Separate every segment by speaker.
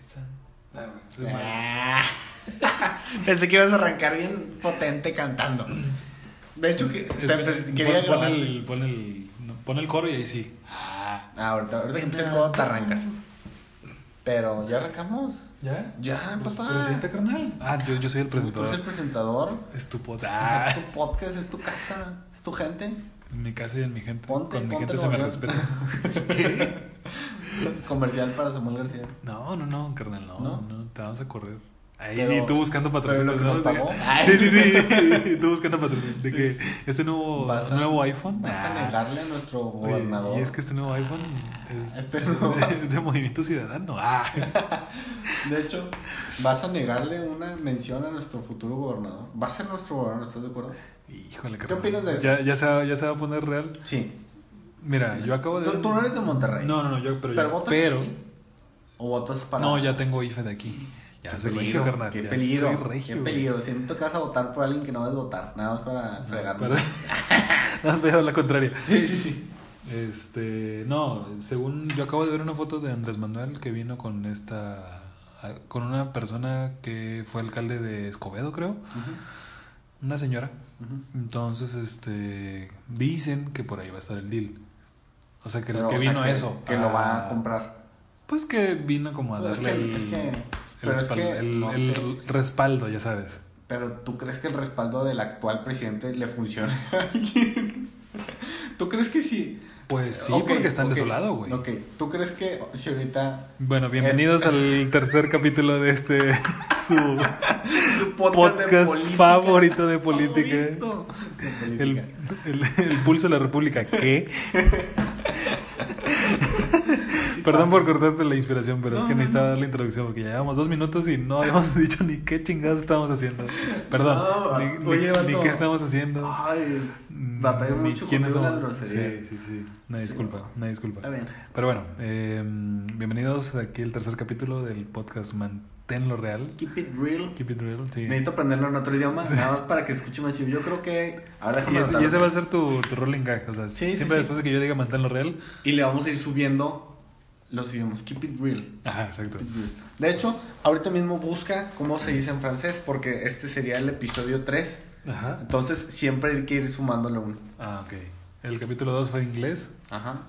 Speaker 1: San. No, güey, soy malo.
Speaker 2: Ah. Pensé que ibas a arrancar bien potente cantando. De hecho, que te
Speaker 3: Es-
Speaker 2: empe-
Speaker 3: pon-
Speaker 2: pues, quería
Speaker 3: pon,
Speaker 2: grabar.
Speaker 3: el, pon, el, no, pon el coro y ahí sí.
Speaker 2: Ah, ahorita, ahorita que empiece el juego te arrancas. Pero ya arrancamos.
Speaker 1: ¿Ya?
Speaker 2: Ya,
Speaker 1: Pues,
Speaker 2: papá.
Speaker 1: Presidente carnal.
Speaker 3: Ah, yo, yo soy el
Speaker 2: Tú eres el
Speaker 3: presentador.
Speaker 2: presentador. Ah,
Speaker 3: Estúpido.
Speaker 2: Es tu podcast, es tu casa, es tu gente.
Speaker 3: en mi casa y en mi gente.
Speaker 2: Ponte,
Speaker 3: con mi
Speaker 2: ponte
Speaker 3: gente se me
Speaker 2: Nuevo
Speaker 3: respeta.
Speaker 2: León. Comercial para Samuel García.
Speaker 3: No, no, no, carnal, no,
Speaker 2: ¿No?
Speaker 3: no, te vamos a correr. Ahí
Speaker 2: Pero-
Speaker 3: y tú buscando patrocinio.
Speaker 2: pero lo que nos pagó.
Speaker 3: Sí, sí, sí. y tú buscando patrocinio. De que este nuevo,
Speaker 2: Vas a-
Speaker 3: nuevo iPhone.
Speaker 2: Vas a
Speaker 3: Ah.
Speaker 2: negarle a nuestro
Speaker 3: Oye,
Speaker 2: gobernador.
Speaker 3: Y es que este nuevo iPhone es,
Speaker 2: Este
Speaker 3: es
Speaker 2: nuevo-
Speaker 3: de, es de Movimiento Ciudadano. Ah.
Speaker 2: De hecho, vas a negarle una mención a nuestro futuro gobernador. Va a ser nuestro gobernador, ¿estás de acuerdo?
Speaker 3: Híjole,
Speaker 2: ¿Qué
Speaker 3: carnal.
Speaker 2: opinas de eso?
Speaker 3: Ya, ya, se va, ya se va a poner real.
Speaker 2: Sí.
Speaker 3: Mira, Ah, yo acabo de.
Speaker 2: Tú, tú no eres de Monterrey.
Speaker 3: No, no, no, yo, pero,
Speaker 2: Pero
Speaker 3: yo-
Speaker 2: votas
Speaker 3: pero-
Speaker 2: aquí. O votas para.
Speaker 3: No, ya tengo IFE de aquí. Ya
Speaker 2: Qué
Speaker 3: soy
Speaker 2: peligro,
Speaker 3: regio, carnal.
Speaker 2: Qué
Speaker 3: ya
Speaker 2: peligro.
Speaker 3: soy regio,
Speaker 2: qué
Speaker 3: güey.
Speaker 2: peligro. Siento que vas a votar por alguien que no debes votar. Nada más para fregarme.
Speaker 3: Perdón. no has pegado la contraria.
Speaker 2: Sí, sí, sí.
Speaker 3: Este, no, según yo acabo de ver una foto de Andrés Manuel que vino con esta con una persona que fue alcalde de Escobedo, creo, una señora. Entonces, este, dicen que por ahí va a estar el deal. O sea, que,
Speaker 2: Pero,
Speaker 3: que
Speaker 2: o sea,
Speaker 3: vino a eso.
Speaker 2: Que lo va a
Speaker 3: Ah,
Speaker 2: comprar.
Speaker 3: Pues que vino como a
Speaker 2: Pues es
Speaker 3: darle
Speaker 2: que-
Speaker 3: el,
Speaker 2: es que-
Speaker 3: el
Speaker 2: pero es
Speaker 3: espal-
Speaker 2: que
Speaker 3: el-
Speaker 2: no
Speaker 3: el
Speaker 2: sé.
Speaker 3: respaldo, ya sabes.
Speaker 2: Pero ¿tú crees que el respaldo del actual presidente le funciona a alguien? ¿Tú crees que sí?
Speaker 3: Pues sí,
Speaker 2: Ok,
Speaker 3: porque están
Speaker 2: ok,
Speaker 3: de su lado, güey.
Speaker 2: Ok, Eh, ¿tú crees que si ahorita
Speaker 3: Bueno, bienvenidos al tercer capítulo de este su
Speaker 2: podcast,
Speaker 3: podcast favorito de política.
Speaker 2: Favorito de política.
Speaker 3: El, el- el pulso de la República, ¿qué?
Speaker 2: Ah,
Speaker 3: Perdón por cortarte la inspiración, pero es que necesitaba dar la introducción porque ya llevamos dos minutos y no habíamos dicho ni qué chingados estábamos haciendo. Perdón,
Speaker 2: No,
Speaker 3: ni- ni,
Speaker 2: oye, vato. Ah,
Speaker 3: ni qué estamos haciendo.
Speaker 2: Ay, es-
Speaker 3: Mm,
Speaker 2: batallé
Speaker 3: ni
Speaker 2: mucho con las
Speaker 3: quiénes somos.
Speaker 2: groserías.
Speaker 3: Sí, sí, sí. Una disculpa, una disculpa.
Speaker 2: Está bien.
Speaker 3: Pero bueno, eh, bienvenidos aquí al tercer capítulo del podcast Manténlo Real.
Speaker 2: Keep it real.
Speaker 3: Keep it real, sí.
Speaker 2: Necesito aprenderlo en otro idioma, nada más para que escuche más. chido. Yo creo que. Ahora
Speaker 3: Y
Speaker 2: déjame
Speaker 3: ese, y
Speaker 2: anotarlo.
Speaker 3: ese va a ser tu, tu rolling gag. O sea,
Speaker 2: Sí, sí,
Speaker 3: siempre
Speaker 2: sí.
Speaker 3: después de que yo diga manténlo real.
Speaker 2: Y le vamos a ir subiendo los idiomas. Keep it real.
Speaker 3: Ajá, exacto.
Speaker 2: De hecho, ahorita mismo busca cómo se dice en francés, porque este sería el episodio 3.
Speaker 3: Ajá.
Speaker 2: Entonces, siempre hay que ir sumándole uno.
Speaker 3: Ah, ok. El capítulo 2 fue en inglés.
Speaker 2: Ajá.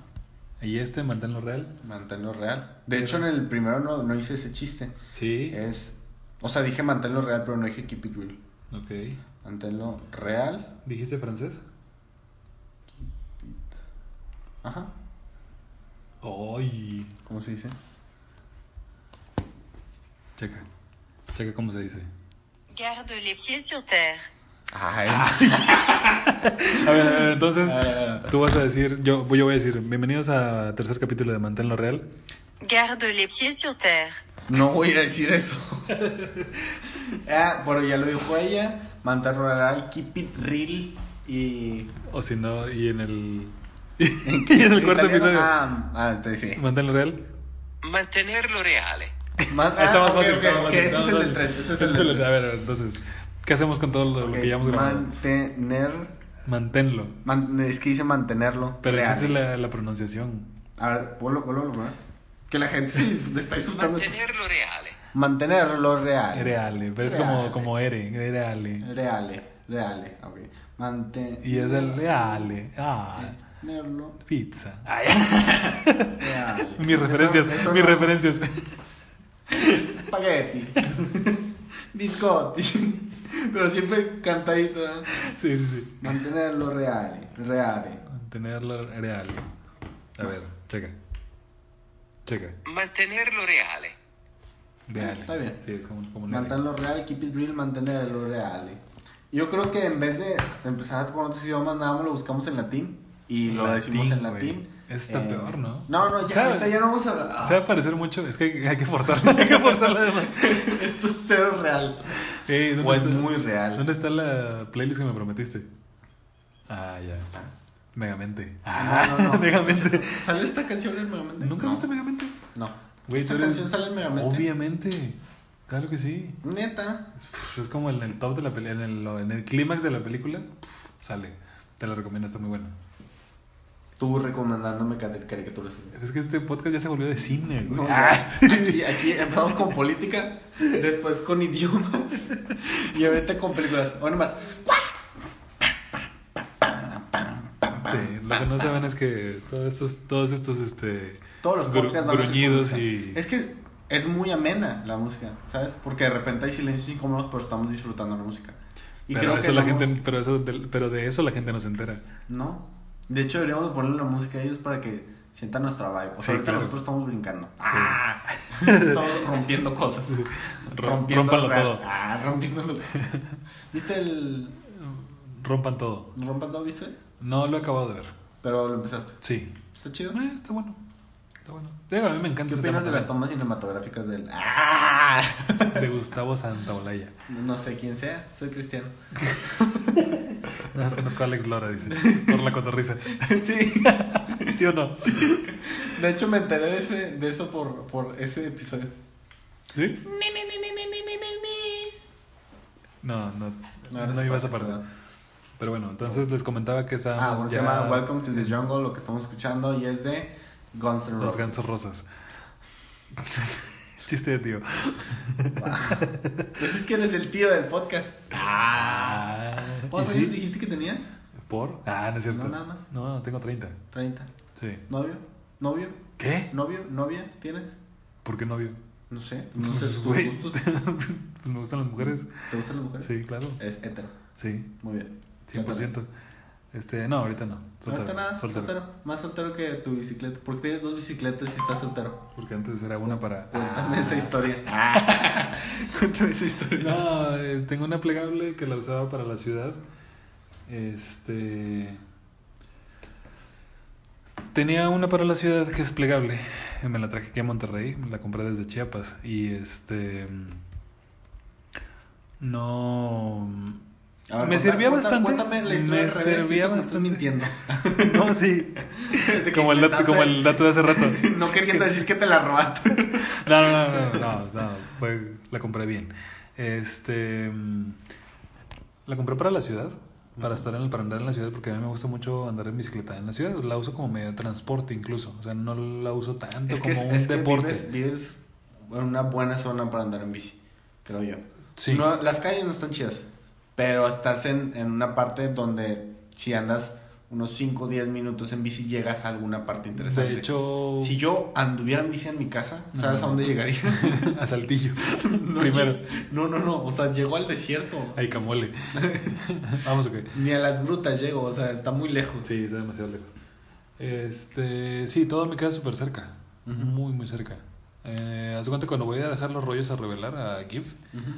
Speaker 3: Y este, manténlo real.
Speaker 2: Manténlo real. De hecho, en el primero no, no hice ese chiste.
Speaker 3: Sí.
Speaker 2: Es. O sea, dije manténlo real, pero no dije keep it real.
Speaker 3: Ok.
Speaker 2: Manténlo real.
Speaker 3: ¿Dijiste francés?
Speaker 2: Ajá.
Speaker 3: Ay.
Speaker 2: ¿Cómo se dice?
Speaker 3: Checa. Checa cómo se dice.
Speaker 4: Garde les pieds sur terre.
Speaker 2: Ay.
Speaker 3: A ver, a ver, entonces
Speaker 2: A ver, a ver.
Speaker 3: tú vas a decir, yo, yo voy a decir, bienvenidos a tercer capítulo de Manténlo Real.
Speaker 4: Garde les pieds sur terre.
Speaker 2: No voy a decir eso. ah, pero ya lo dijo ella. Manténlo real, keep it real. Y.
Speaker 3: O si no, y en el... y en el cuarto
Speaker 2: italiano,
Speaker 3: episodio.
Speaker 2: Ah, ah, sí, sí.
Speaker 3: Manténlo Real.
Speaker 5: Mantenerlo reale.
Speaker 2: Man-
Speaker 3: Ah, está más
Speaker 2: ah, ok,
Speaker 3: fácil,
Speaker 2: ok,
Speaker 3: está más
Speaker 2: ok,
Speaker 3: fácil,
Speaker 2: Este
Speaker 3: está
Speaker 2: es
Speaker 3: más
Speaker 2: el del
Speaker 3: fácil.
Speaker 2: 3. Este es
Speaker 3: Este
Speaker 2: el del
Speaker 3: A ver, entonces, ¿qué hacemos con todo lo, lo
Speaker 2: 3.
Speaker 3: que ya hemos grabado?
Speaker 2: Mantener.
Speaker 3: Manténlo.
Speaker 2: man- es que dice mantenerlo.
Speaker 3: Pero
Speaker 2: real.
Speaker 3: existe la, la pronunciación.
Speaker 2: A ver, ponlo, ponlo, ponlo, ¿verdad? Que la gente se está insultando.
Speaker 5: Mantenerlo reale.
Speaker 2: Mantenerlo real.
Speaker 3: Reale, pero es
Speaker 2: Reale.
Speaker 3: como, como ere, reale.
Speaker 2: Reale, reale, ok. Mantenerlo.
Speaker 3: Y es el reale. Ah, pizza. Ay,
Speaker 2: real.
Speaker 3: mis referencias,
Speaker 2: Ah, Eso- eso
Speaker 3: mis
Speaker 2: no-
Speaker 3: referencias.
Speaker 2: Espagueti. Biscotti. Pero siempre cantadito, ¿eh?
Speaker 3: Sí, sí, sí.
Speaker 2: Mantenerlo real, real.
Speaker 3: Mantenerlo real. A ver, checa. Checa.
Speaker 5: Mantenerlo reale.
Speaker 3: Real.
Speaker 2: Ah, Está bien.
Speaker 3: Sí, es como, como un ere.
Speaker 2: Mantenerlo real, keep it real, mantenerlo real. eh. Yo creo que en vez de empezar con otros idiomas, nada más lo buscamos en latín y lo
Speaker 3: Latín,
Speaker 2: decimos en
Speaker 3: güey.
Speaker 2: latín. Eh,
Speaker 3: Eso está peor, ¿no?
Speaker 2: No, no, ya,
Speaker 3: ¿Sabes?
Speaker 2: ahorita ya no vamos a hablar. Ah,
Speaker 3: Se va a parecer mucho, es que hay que forzarla, hay que forzarla además.
Speaker 2: Esto es cero real.
Speaker 3: Ey, ¿dónde
Speaker 2: O es
Speaker 3: está-
Speaker 2: muy real.
Speaker 3: ¿Dónde está la playlist que me prometiste? Ah, ya. Megamente.
Speaker 2: Ah,
Speaker 3: Ah,
Speaker 2: No, no, no.
Speaker 3: Megamente.
Speaker 2: ¿Sale esta canción en Megamente?
Speaker 3: ¿Nunca
Speaker 2: no.
Speaker 3: viste Megamente?
Speaker 2: No.
Speaker 3: Güey,
Speaker 2: esta
Speaker 3: tú eres-
Speaker 2: canción sale en Megamente.
Speaker 3: Obviamente. Claro que sí.
Speaker 2: Neta.
Speaker 3: Pff, Es como en el top de la película, en el, en el clímax de la película, pff, sale. Te la recomiendo, está muy buena.
Speaker 2: Tú recomendándome cari- caricaturas.
Speaker 3: Es que este podcast ya se volvió de cine, güey.
Speaker 2: Ah, aquí, aquí empezamos con política, después con idiomas y ahorita con películas. Bueno, más.
Speaker 3: Sí, lo que no saben es que todos estos, todos estos, este...
Speaker 2: Todos los
Speaker 3: gru-
Speaker 2: podcasts van a ser
Speaker 3: gruñidos
Speaker 2: con
Speaker 3: y...
Speaker 2: música. Es que es muy amena la música, ¿sabes? Porque de repente hay silencios incómodos, pero estamos disfrutando la música. Y
Speaker 3: pero
Speaker 2: creo
Speaker 3: eso
Speaker 2: que
Speaker 3: la
Speaker 2: hemos-
Speaker 3: gente, pero, eso, del- pero de eso la gente no se entera.
Speaker 2: No. De hecho, deberíamos de ponerle la música a ellos para que sientan nuestra vibe. O sea,
Speaker 3: Sí,
Speaker 2: ahorita
Speaker 3: claro.
Speaker 2: nosotros estamos brincando. Ah, estamos rompiendo cosas. Rompiendo
Speaker 3: rómpanlo
Speaker 2: real.
Speaker 3: todo.
Speaker 2: Ah, rompiéndolo todo. ¿Viste el.
Speaker 3: Rompan todo.
Speaker 2: Rompan todo, viste?
Speaker 3: No lo he acabado de ver.
Speaker 2: Pero lo empezaste.
Speaker 3: Sí.
Speaker 2: ¿Está chido?
Speaker 3: Eh, está bueno. Está bueno. Digo, a mí me encanta
Speaker 2: ¿Qué
Speaker 3: ese
Speaker 2: opinas de
Speaker 3: tema
Speaker 2: las tomas cinematográficas del. ¡Ah!
Speaker 3: también, de Gustavo Santaolalla.
Speaker 2: No sé quién sea, soy cristiano.
Speaker 3: Nada más conozco a Alex Lora, dice. Por la cotorriza.
Speaker 2: sí.
Speaker 3: ¿Sí o no? ¿Sí?
Speaker 2: De hecho, me enteré de, ese, de eso por, por ese episodio.
Speaker 3: No, no.
Speaker 2: No,
Speaker 3: No,
Speaker 2: era esa
Speaker 3: ibas a
Speaker 2: parte,
Speaker 3: partir.
Speaker 2: ¿verdad?
Speaker 3: Pero bueno, entonces les comentaba que estábamos
Speaker 2: Ah, bueno, Ah, se
Speaker 3: ya
Speaker 2: llama Welcome to the Jungle, lo que estamos escuchando, y es de Guns N'
Speaker 3: los
Speaker 2: Roses.
Speaker 3: gansos rosas. Chiste de tío.
Speaker 2: Pues es que eres el tío del podcast.
Speaker 3: Ah. ¿y
Speaker 2: ¿Cuántos
Speaker 3: sí?
Speaker 2: años dijiste que tenías?
Speaker 3: ¿Por? Ah, no es cierto.
Speaker 2: No, nada más.
Speaker 3: No, tengo 30.
Speaker 2: 30.
Speaker 3: Sí.
Speaker 2: ¿Novio? ¿Novio?
Speaker 3: ¿Qué?
Speaker 2: ¿Novio? ¿Novia? ¿Tienes?
Speaker 3: ¿Por qué novio?
Speaker 2: No sé. No sé tus
Speaker 3: Güey.
Speaker 2: gustos.
Speaker 3: Pues me gustan las mujeres.
Speaker 2: ¿Te gustan las mujeres?
Speaker 3: Sí, claro.
Speaker 2: Es hétero.
Speaker 3: Sí,
Speaker 2: Muy bien.
Speaker 3: 100%. Este, no, ahorita no.
Speaker 2: Soltero.
Speaker 3: Soltero.
Speaker 2: Ahorita nada, soltero.
Speaker 3: soltero.
Speaker 2: Más soltero que tu bicicleta. Porque tienes dos bicicletas y estás soltero.
Speaker 3: Porque antes era una para.
Speaker 2: Cuéntame esa historia. Cuéntame esa historia.
Speaker 3: No, es- tengo una plegable que la usaba para la ciudad. Este. Tenía una para la ciudad que es plegable. Me la traje aquí a Monterrey. Me la compré desde Chiapas. Y este. No.
Speaker 2: A ver,
Speaker 3: me
Speaker 2: cuenta-
Speaker 3: sirvía
Speaker 2: cuenta-
Speaker 3: bastante.
Speaker 2: Cuéntame la historia
Speaker 3: me
Speaker 2: al revés,
Speaker 3: servía
Speaker 2: siento que me estás
Speaker 3: bastante.
Speaker 2: mintiendo.
Speaker 3: No, sí.
Speaker 2: De que
Speaker 3: Como el, dato,
Speaker 2: intentabas-
Speaker 3: como el dato de hace rato.
Speaker 2: No queriendo decir que te la robaste.
Speaker 3: No, no, no, no, no, no, fue- la compré bien. Este, mm, la compré para la ciudad, para estar en el, para andar en la ciudad, porque a mí me gusta mucho andar en bicicleta en la ciudad. La uso como medio de transporte incluso, o sea, no la uso tanto
Speaker 2: Es que,
Speaker 3: como
Speaker 2: es,
Speaker 3: un
Speaker 2: es que
Speaker 3: deporte.
Speaker 2: vives, vives en una buena zona para andar en bici, creo yo.
Speaker 3: Sí.
Speaker 2: No, las calles no están chidas, pero estás en, en una parte donde si andas unos 5 o 10 minutos en bici llegas a alguna parte interesante.
Speaker 3: de hecho,
Speaker 2: si yo anduviera en bici en mi casa, ¿sabes a dónde llegaría?
Speaker 3: a Saltillo,
Speaker 2: No,
Speaker 3: primero,
Speaker 2: No, no, no, o sea, llego al desierto.
Speaker 3: a Icamole. Vamos, ok.
Speaker 2: Ni a las brutas llego, o sea, está muy lejos.
Speaker 3: Sí, está demasiado lejos. Este, sí, todo me queda súper cerca.
Speaker 2: Ujú.
Speaker 3: Muy, muy cerca. Eh, haz de cuenta cuando voy a dejar los rollos a revelar a GIF,
Speaker 2: Ujú.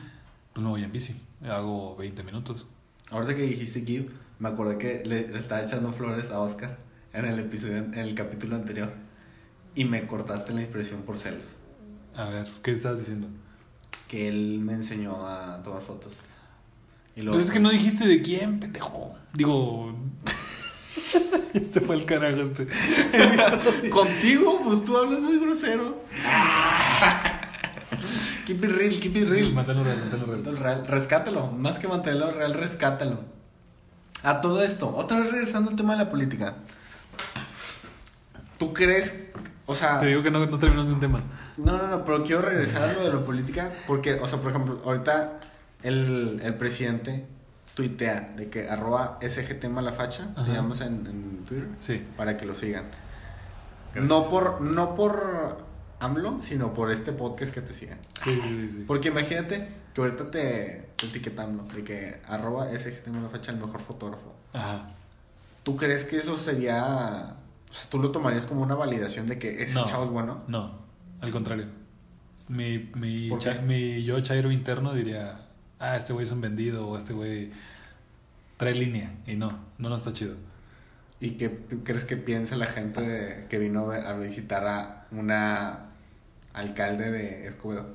Speaker 3: pues me voy en bici. Hago 20 minutos.
Speaker 2: Ahorita que dijiste Give, me acordé que le, le estaba echando flores a Oscar en el episodio, en el capítulo anterior. Y me cortaste la inspiración por celos.
Speaker 3: A ver, ¿qué estabas diciendo?
Speaker 2: Que él me enseñó a tomar fotos. Y luego,
Speaker 3: Pues es que no dijiste de quién, pendejo. Digo. este fue el carajo este.
Speaker 2: Contigo, pues tú hablas muy grosero.
Speaker 3: Ah.
Speaker 2: keep it real, keep it real.
Speaker 3: Mándalo real, mándalo real.
Speaker 2: Manténlo real. Rescátalo. Más que mantenerlo real, rescátalo. A todo esto, otra vez regresando al tema de la política. ¿Tú crees, o sea...
Speaker 3: Te digo que no, no terminamos de un tema.
Speaker 2: No, no, no, pero quiero regresar a lo de la política porque, o sea, por ejemplo, ahorita el, el presidente tuitea de que arroba SGT Malafacha,
Speaker 3: Ajá.
Speaker 2: te llamas en, en Twitter,
Speaker 3: Sí.
Speaker 2: para que lo sigan. No por, no por AMLO, sino por este podcast que te sigan.
Speaker 3: Sí, sí, sí. sí.
Speaker 2: Porque imagínate que ahorita te, te etiquetan ¿no? de que arroba SGT Malafacha el mejor fotógrafo.
Speaker 3: Ajá.
Speaker 2: ¿Tú crees que eso sería... O sea, ¿tú lo tomarías como una validación de que ese
Speaker 3: No.
Speaker 2: chavo es bueno?
Speaker 3: No, al contrario. Mi, mi,
Speaker 2: ¿Por
Speaker 3: cha-
Speaker 2: qué?
Speaker 3: mi yo chairo interno diría, ah, este güey es un vendido o este güey trae línea. Y no, no, no está chido.
Speaker 2: ¿Y qué p- crees que piensa la gente de- que vino a ve- a visitar a una alcalde de Escobedo?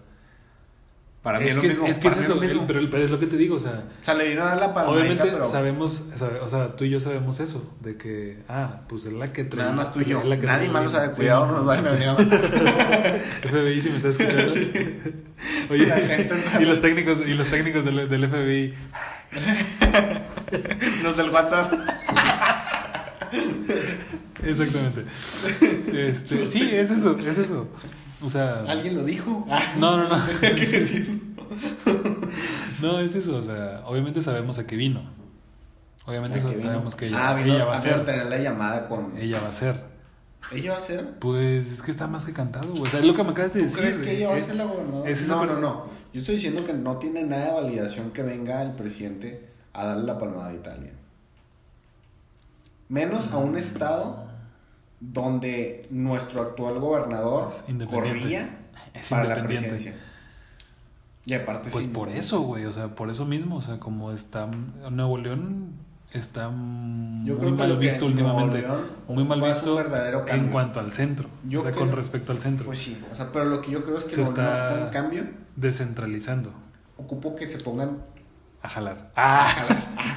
Speaker 2: Para mí
Speaker 3: es,
Speaker 2: es, lo
Speaker 3: que,
Speaker 2: mismo,
Speaker 3: es que es
Speaker 2: para mí
Speaker 3: eso,
Speaker 2: lo mismo.
Speaker 3: el- pero, el- pero es lo que te digo, o sea,
Speaker 2: O sea, le vino a dar la palmadita,
Speaker 3: obviamente
Speaker 2: pero
Speaker 3: sabemos, sabe- o sea, tú y yo sabemos eso, de que, ah, pues es la que trae.
Speaker 2: nada más tú y yo.
Speaker 3: es la que
Speaker 2: Nadie
Speaker 3: trae
Speaker 2: más lo
Speaker 3: línea.
Speaker 2: sabe.
Speaker 3: Sí,
Speaker 2: Cuidado,
Speaker 3: no,
Speaker 2: nos van a venir a-
Speaker 3: FBI, si me estás escuchando.
Speaker 2: Sí.
Speaker 3: Oye,
Speaker 2: La gente-
Speaker 3: y los técnicos, y los técnicos del, del FBI,
Speaker 2: los del WhatsApp.
Speaker 3: Exactamente. Este, sí, es eso, es eso. O sea,
Speaker 2: ¿Alguien lo dijo?
Speaker 3: Ah, No, no, no.
Speaker 2: ¿Qué es decir?
Speaker 3: no, es eso. O sea, obviamente sabemos a qué vino. Obviamente
Speaker 2: Ah, que vino.
Speaker 3: sabemos que ella,
Speaker 2: ah, vino
Speaker 3: ella va a ser.
Speaker 2: tener la llamada con.
Speaker 3: Ella va a ser.
Speaker 2: ¿Ella va a ser?
Speaker 3: Pues es que está más que cantado. güey. O sea, es lo que me acabas de
Speaker 2: ¿Tú
Speaker 3: decir.
Speaker 2: crees que
Speaker 3: güey.
Speaker 2: ella va a
Speaker 3: Es-
Speaker 2: ser la gobernadora?
Speaker 3: es eso,
Speaker 2: no,
Speaker 3: pero-
Speaker 2: no, no. Yo estoy diciendo que no tiene nada de validación que venga el presidente a darle la palmada a Italia. Menos a
Speaker 3: Mm.
Speaker 2: un estado donde nuestro actual gobernador
Speaker 3: Es independiente.
Speaker 2: corría
Speaker 3: Es
Speaker 2: para la
Speaker 3: independiente.
Speaker 2: presidencia. Y aparte
Speaker 3: Pues
Speaker 2: Este sí,
Speaker 3: por eso, güey, o sea, por eso mismo, o sea, como está Nuevo León está muy
Speaker 2: Yo creo que lo
Speaker 3: mal
Speaker 2: que
Speaker 3: visto
Speaker 2: en Nuevo
Speaker 3: últimamente,
Speaker 2: León
Speaker 3: muy mal
Speaker 2: va a ser
Speaker 3: visto
Speaker 2: un verdadero
Speaker 3: en
Speaker 2: cambio.
Speaker 3: cuanto al centro,
Speaker 2: Yo
Speaker 3: o sea,
Speaker 2: creo-
Speaker 3: con respecto al centro,
Speaker 2: Pues sí, o sea, pero lo que yo creo es que
Speaker 3: Se
Speaker 2: no,
Speaker 3: está-
Speaker 2: no, con cambio
Speaker 3: descentralizando,
Speaker 2: ocupo que se pongan
Speaker 3: a jalar, ah,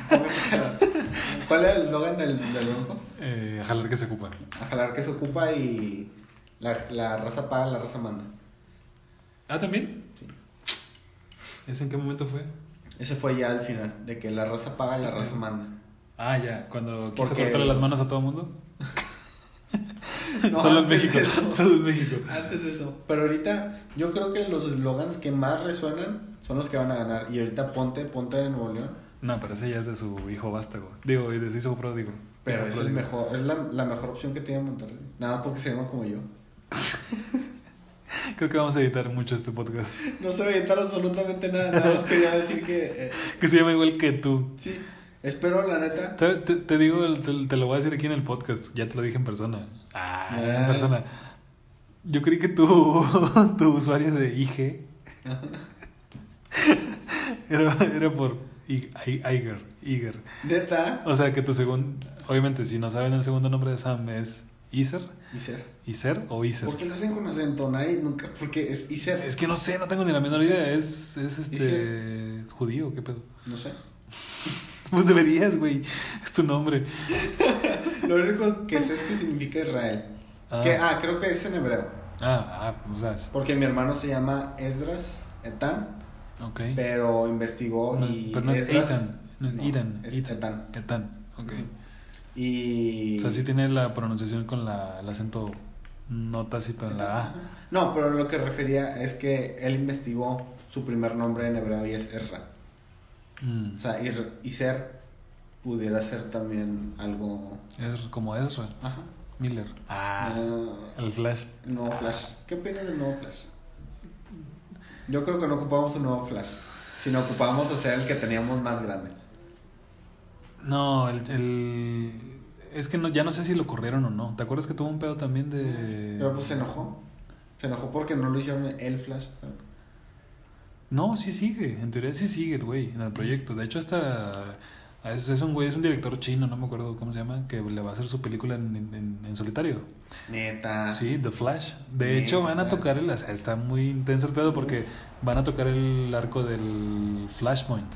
Speaker 2: Póngase a jalar. ¿Cuál era el eslogan del, del banco?
Speaker 3: Eh, a jalar que se ocupa.
Speaker 2: A jalar que se ocupa y la, la raza paga, la raza manda.
Speaker 3: Ah, también.
Speaker 2: Sí.
Speaker 3: ¿Es en qué momento fue?
Speaker 2: Ese fue ya al final, de que la raza paga, la raza manda.
Speaker 3: Ah, ya, cuando quiso
Speaker 2: Porque
Speaker 3: cortarle las
Speaker 2: los-
Speaker 3: manos a todo el mundo.
Speaker 2: No,
Speaker 3: solo en
Speaker 2: antes
Speaker 3: México,
Speaker 2: de eso.
Speaker 3: solo en México.
Speaker 2: Antes de eso. Pero ahorita yo creo que los eslogans que más resuenan son los que van a ganar. Y ahorita ponte, ponte de Nuevo León.
Speaker 3: No, pero ese ya es de su hijo vástago. Digo, y de su hijo pródigo.
Speaker 2: Pero
Speaker 3: Hijo
Speaker 2: es el
Speaker 3: pródigo.
Speaker 2: mejor, es la, la mejor opción que tiene Monterrey. Nada más porque se llama como yo.
Speaker 3: Creo que vamos a editar mucho este podcast.
Speaker 2: No se va a evitar absolutamente nada. Nada más quería decir que eh,
Speaker 3: Que se llama igual que tú.
Speaker 2: sí. Espero la neta
Speaker 3: Te, te- te digo, el- te, te lo voy a decir aquí en el podcast. Ya te lo dije en persona. Ah, en
Speaker 2: Ah.
Speaker 3: persona. Yo creí que tu, tu usuario de IG era, era por I- I- Iger, Iger.
Speaker 2: Neta.
Speaker 3: O sea, que tu segundo. Obviamente, si no saben el segundo nombre de Sam es Iser,
Speaker 2: Y ser.
Speaker 3: Iser o Iser.
Speaker 2: ¿Por qué lo hacen con acento? Nadie nunca. Porque es Iser.
Speaker 3: Es que no sé, no tengo ni la menor idea. Es, es este. es judío, ¿qué pedo?
Speaker 2: No sé.
Speaker 3: Pues deberías, güey. Es tu nombre.
Speaker 2: Lo único que sé es que significa Israel.
Speaker 3: Ah.
Speaker 2: Que, ah, creo que es en hebreo.
Speaker 3: Ah, ah, o sea, es-
Speaker 2: Porque mi hermano se llama Esdras, Etan,
Speaker 3: ok.
Speaker 2: pero investigó
Speaker 3: No,
Speaker 2: y.
Speaker 3: pero no es
Speaker 2: Esdras-
Speaker 3: Eitan, no es
Speaker 2: no,
Speaker 3: Iran.
Speaker 2: es
Speaker 3: Itan.
Speaker 2: Etán.
Speaker 3: Etán, ok.
Speaker 2: Y.
Speaker 3: O sea, sí tiene la pronunciación con la, el acento no tácito en la A.
Speaker 2: No, pero lo que refería es que él investigó su primer nombre en hebreo y es Ezra.
Speaker 3: Mm,
Speaker 2: O sea, Ir- Iser pudiera ser también algo.
Speaker 3: Es como Ezra,
Speaker 2: Ajá.
Speaker 3: Miller. Ah,
Speaker 2: Ah.
Speaker 3: el Flash.
Speaker 2: El nuevo Flash. ¿Qué opinas del nuevo Flash? Yo creo que no ocupamos un nuevo Flash, sino ocupamos hacer el que teníamos más grande.
Speaker 3: No, el. el- Es que no, ya no sé si lo corrieron o no. ¿Te acuerdas que tuvo un pedo también de.
Speaker 2: Pero pues se enojó. Se enojó porque no lo hicieron el Flash.
Speaker 3: No, sí sigue, en teoría sí sigue el güey en el proyecto. De hecho, hasta es, es un güey, es un director chino, no me acuerdo cómo se llama, que le va a hacer su película en, en- en solitario.
Speaker 2: Neta.
Speaker 3: Sí, The Flash. De hecho, van a
Speaker 2: Mierda.
Speaker 3: tocar el, o sea, está muy intenso el pedo porque van a tocar el arco del Flashpoint.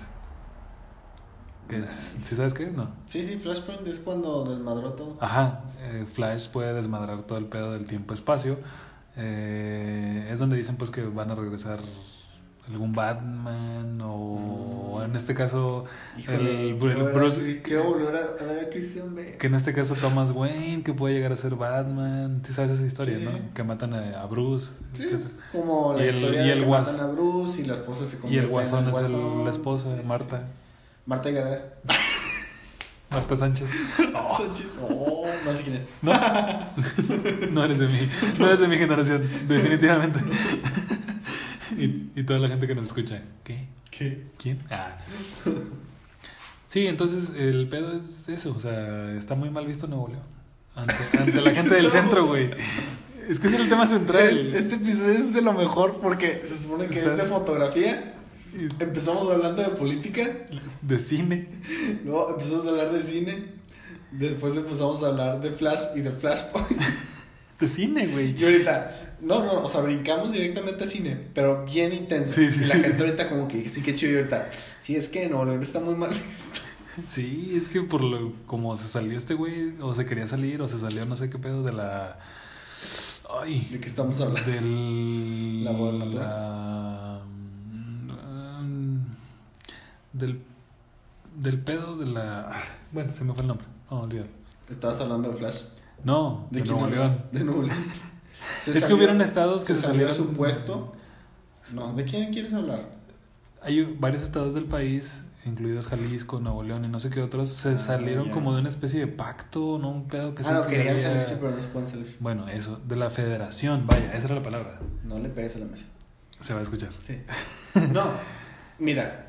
Speaker 3: Que es, ¿Sí sabes qué? No.
Speaker 2: Sí, sí, Flashpoint es cuando desmadró todo.
Speaker 3: Ajá, eh, Flash puede desmadrar todo el pedo del tiempo-espacio. Eh, es donde dicen pues que van a regresar algún Batman o en este caso
Speaker 2: Mm. Híjole,
Speaker 3: el,
Speaker 2: quiero
Speaker 3: el
Speaker 2: ver a Chris-
Speaker 3: Bruce
Speaker 2: quiero volver a, a ver a Christian Bale.
Speaker 3: que en este caso Thomas Wayne que puede llegar a ser Batman, sí sabes esa historia,
Speaker 2: Sí, sí,
Speaker 3: ¿no?
Speaker 2: sí.
Speaker 3: Que matan a, a Bruce.
Speaker 2: Sí,
Speaker 3: etcétera.
Speaker 2: es como la
Speaker 3: Y el-
Speaker 2: historia
Speaker 3: y
Speaker 2: de
Speaker 3: el
Speaker 2: que
Speaker 3: guas-
Speaker 2: matan a Bruce y la esposa se
Speaker 3: Y
Speaker 2: convierte
Speaker 3: el guasón
Speaker 2: en
Speaker 3: es
Speaker 2: el
Speaker 3: el-
Speaker 2: guasón.
Speaker 3: la esposa,
Speaker 2: Sí, sí,
Speaker 3: Marta,
Speaker 2: sí. Marta Gareda.
Speaker 3: Marta Sánchez.
Speaker 2: Sánchez. Oh, no sé quién es.
Speaker 3: No, no eres de mi, no eres de mi generación, definitivamente. Y, y toda la gente que nos escucha, ¿qué?
Speaker 2: ¿Qué?
Speaker 3: ¿Quién? Ah. Sí, entonces el pedo es eso, o sea, está muy mal visto Nuevo León. Ante, ante la gente del centro, güey. Es que ese es el tema
Speaker 2: Es-
Speaker 3: central.
Speaker 2: Este episodio es de lo mejor porque se supone que
Speaker 3: Está-
Speaker 2: es de fotografía. Empezamos hablando de política,
Speaker 3: De cine.
Speaker 2: luego empezamos a hablar de cine, después empezamos a hablar de Flash y de Flashpoint.
Speaker 3: De cine, güey.
Speaker 2: Y ahorita, no, no, o sea, brincamos directamente a cine, pero bien intenso.
Speaker 3: Sí, sí.
Speaker 2: Y la gente ahorita como que sí que chido y ahorita. Sí, es que no, León está muy mal visto.
Speaker 3: Sí, es que por lo como se salió este güey, o se quería salir, o se salió no sé qué pedo de la. Ay.
Speaker 2: ¿De qué estamos hablando?
Speaker 3: Del.
Speaker 2: ¿La gobernatura?
Speaker 3: la- mm, Del. Del pedo de la. ah, Bueno, se me fue el nombre. No, olvídalo.
Speaker 2: Estabas hablando de Flash.
Speaker 3: No, de,
Speaker 2: quién
Speaker 3: Nuevo
Speaker 2: hablas?
Speaker 3: León.
Speaker 2: De Nuevo León. Se
Speaker 3: Es que
Speaker 2: salió-
Speaker 3: hubieron estados que
Speaker 2: se
Speaker 3: se
Speaker 2: salió de
Speaker 3: salieron-
Speaker 2: su puesto. No, ¿de quién quieres hablar?
Speaker 3: Hay varios estados del país, incluidos Jalisco, Nuevo León y no sé qué otros, se
Speaker 2: Ah,
Speaker 3: salieron
Speaker 2: ya.
Speaker 3: como de una especie de pacto, ¿no? Un pedo que se
Speaker 2: ah, no, querían
Speaker 3: incluía-
Speaker 2: salirse, pero no se pueden salir.
Speaker 3: Bueno, eso, de la federación, vaya, esa era la palabra.
Speaker 2: No le pegues a la mesa.
Speaker 3: Se va a escuchar.
Speaker 2: Sí. No, mira.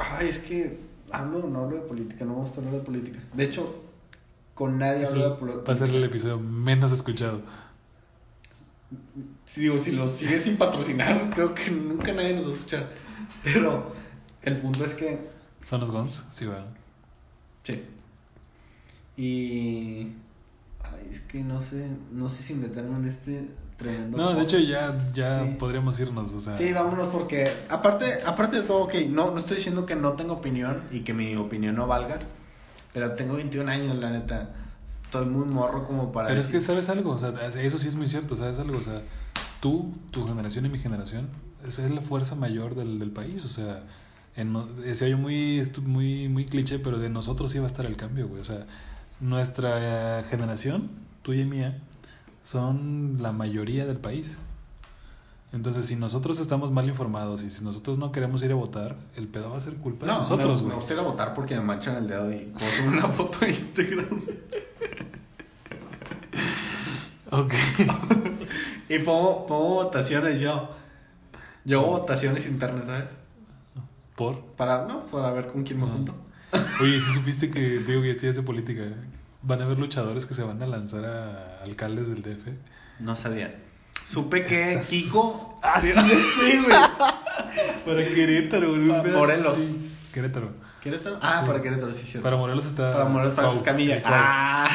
Speaker 2: Ay, es que hablo o no hablo de política, no me gusta hablar de política. De hecho, con nadie
Speaker 3: Eso
Speaker 2: hablo de política.
Speaker 3: va a ser el episodio menos escuchado.
Speaker 2: Si digo, si lo sigues sin patrocinar, creo que nunca nadie nos va a escuchar. Pero el punto es que.
Speaker 3: ¿Son los Guns? Sí, va.
Speaker 2: Sí. Y. Ay, es que no sé. No sé si meterme en este tremendo.
Speaker 3: No, de
Speaker 2: pozo.
Speaker 3: hecho ya, ya
Speaker 2: Sí.
Speaker 3: podríamos irnos, o sea.
Speaker 2: Sí, vámonos porque aparte, aparte de todo, ok, no, no estoy diciendo que no tengo opinión y que mi opinión no valga, pero tengo 21 años, la neta. Estoy muy morro como para...
Speaker 3: Pero es que
Speaker 2: decir-
Speaker 3: sabes algo, o sea, eso sí es muy cierto, sabes algo, o sea, tú, tu generación y mi generación, esa es la fuerza mayor del, del país, o sea, en, no- se oye muy, estu- muy, muy cliché, pero de nosotros sí va a estar el cambio, güey, o sea, nuestra eh, generación, tuya y mía, son la mayoría del país. Entonces, si nosotros estamos mal informados y si nosotros no queremos ir a votar, el pedo va a ser culpa de
Speaker 2: No,
Speaker 3: nosotros,
Speaker 2: me-
Speaker 3: güey.
Speaker 2: Me gustaría votar porque me manchan el dedo y poso una foto de Instagram.
Speaker 3: Ok.
Speaker 2: Y pongo, pongo votaciones yo. Yo hago votaciones internas, ¿sabes?
Speaker 3: Por.
Speaker 2: Para, no, para ver con quién me
Speaker 3: Ajá.
Speaker 2: junto.
Speaker 3: Oye, si supiste que digo que estudias de política, eh? van a haber luchadores que se van a lanzar a alcaldes del DF.
Speaker 2: No sabía. Supe que
Speaker 3: Estás-
Speaker 2: Kiko...
Speaker 3: Así
Speaker 2: sí, güey.
Speaker 3: Para Querétaro,
Speaker 2: Para Ah, Morelos.
Speaker 3: Querétaro.
Speaker 2: ¿Querétaro? Ah,
Speaker 3: Sí.
Speaker 2: para Querétaro, sí, cierto.
Speaker 3: Para Morelos está.
Speaker 2: Para Morelos para
Speaker 3: Cuau,
Speaker 2: Escamilla.
Speaker 3: el Cuau.
Speaker 2: Ah.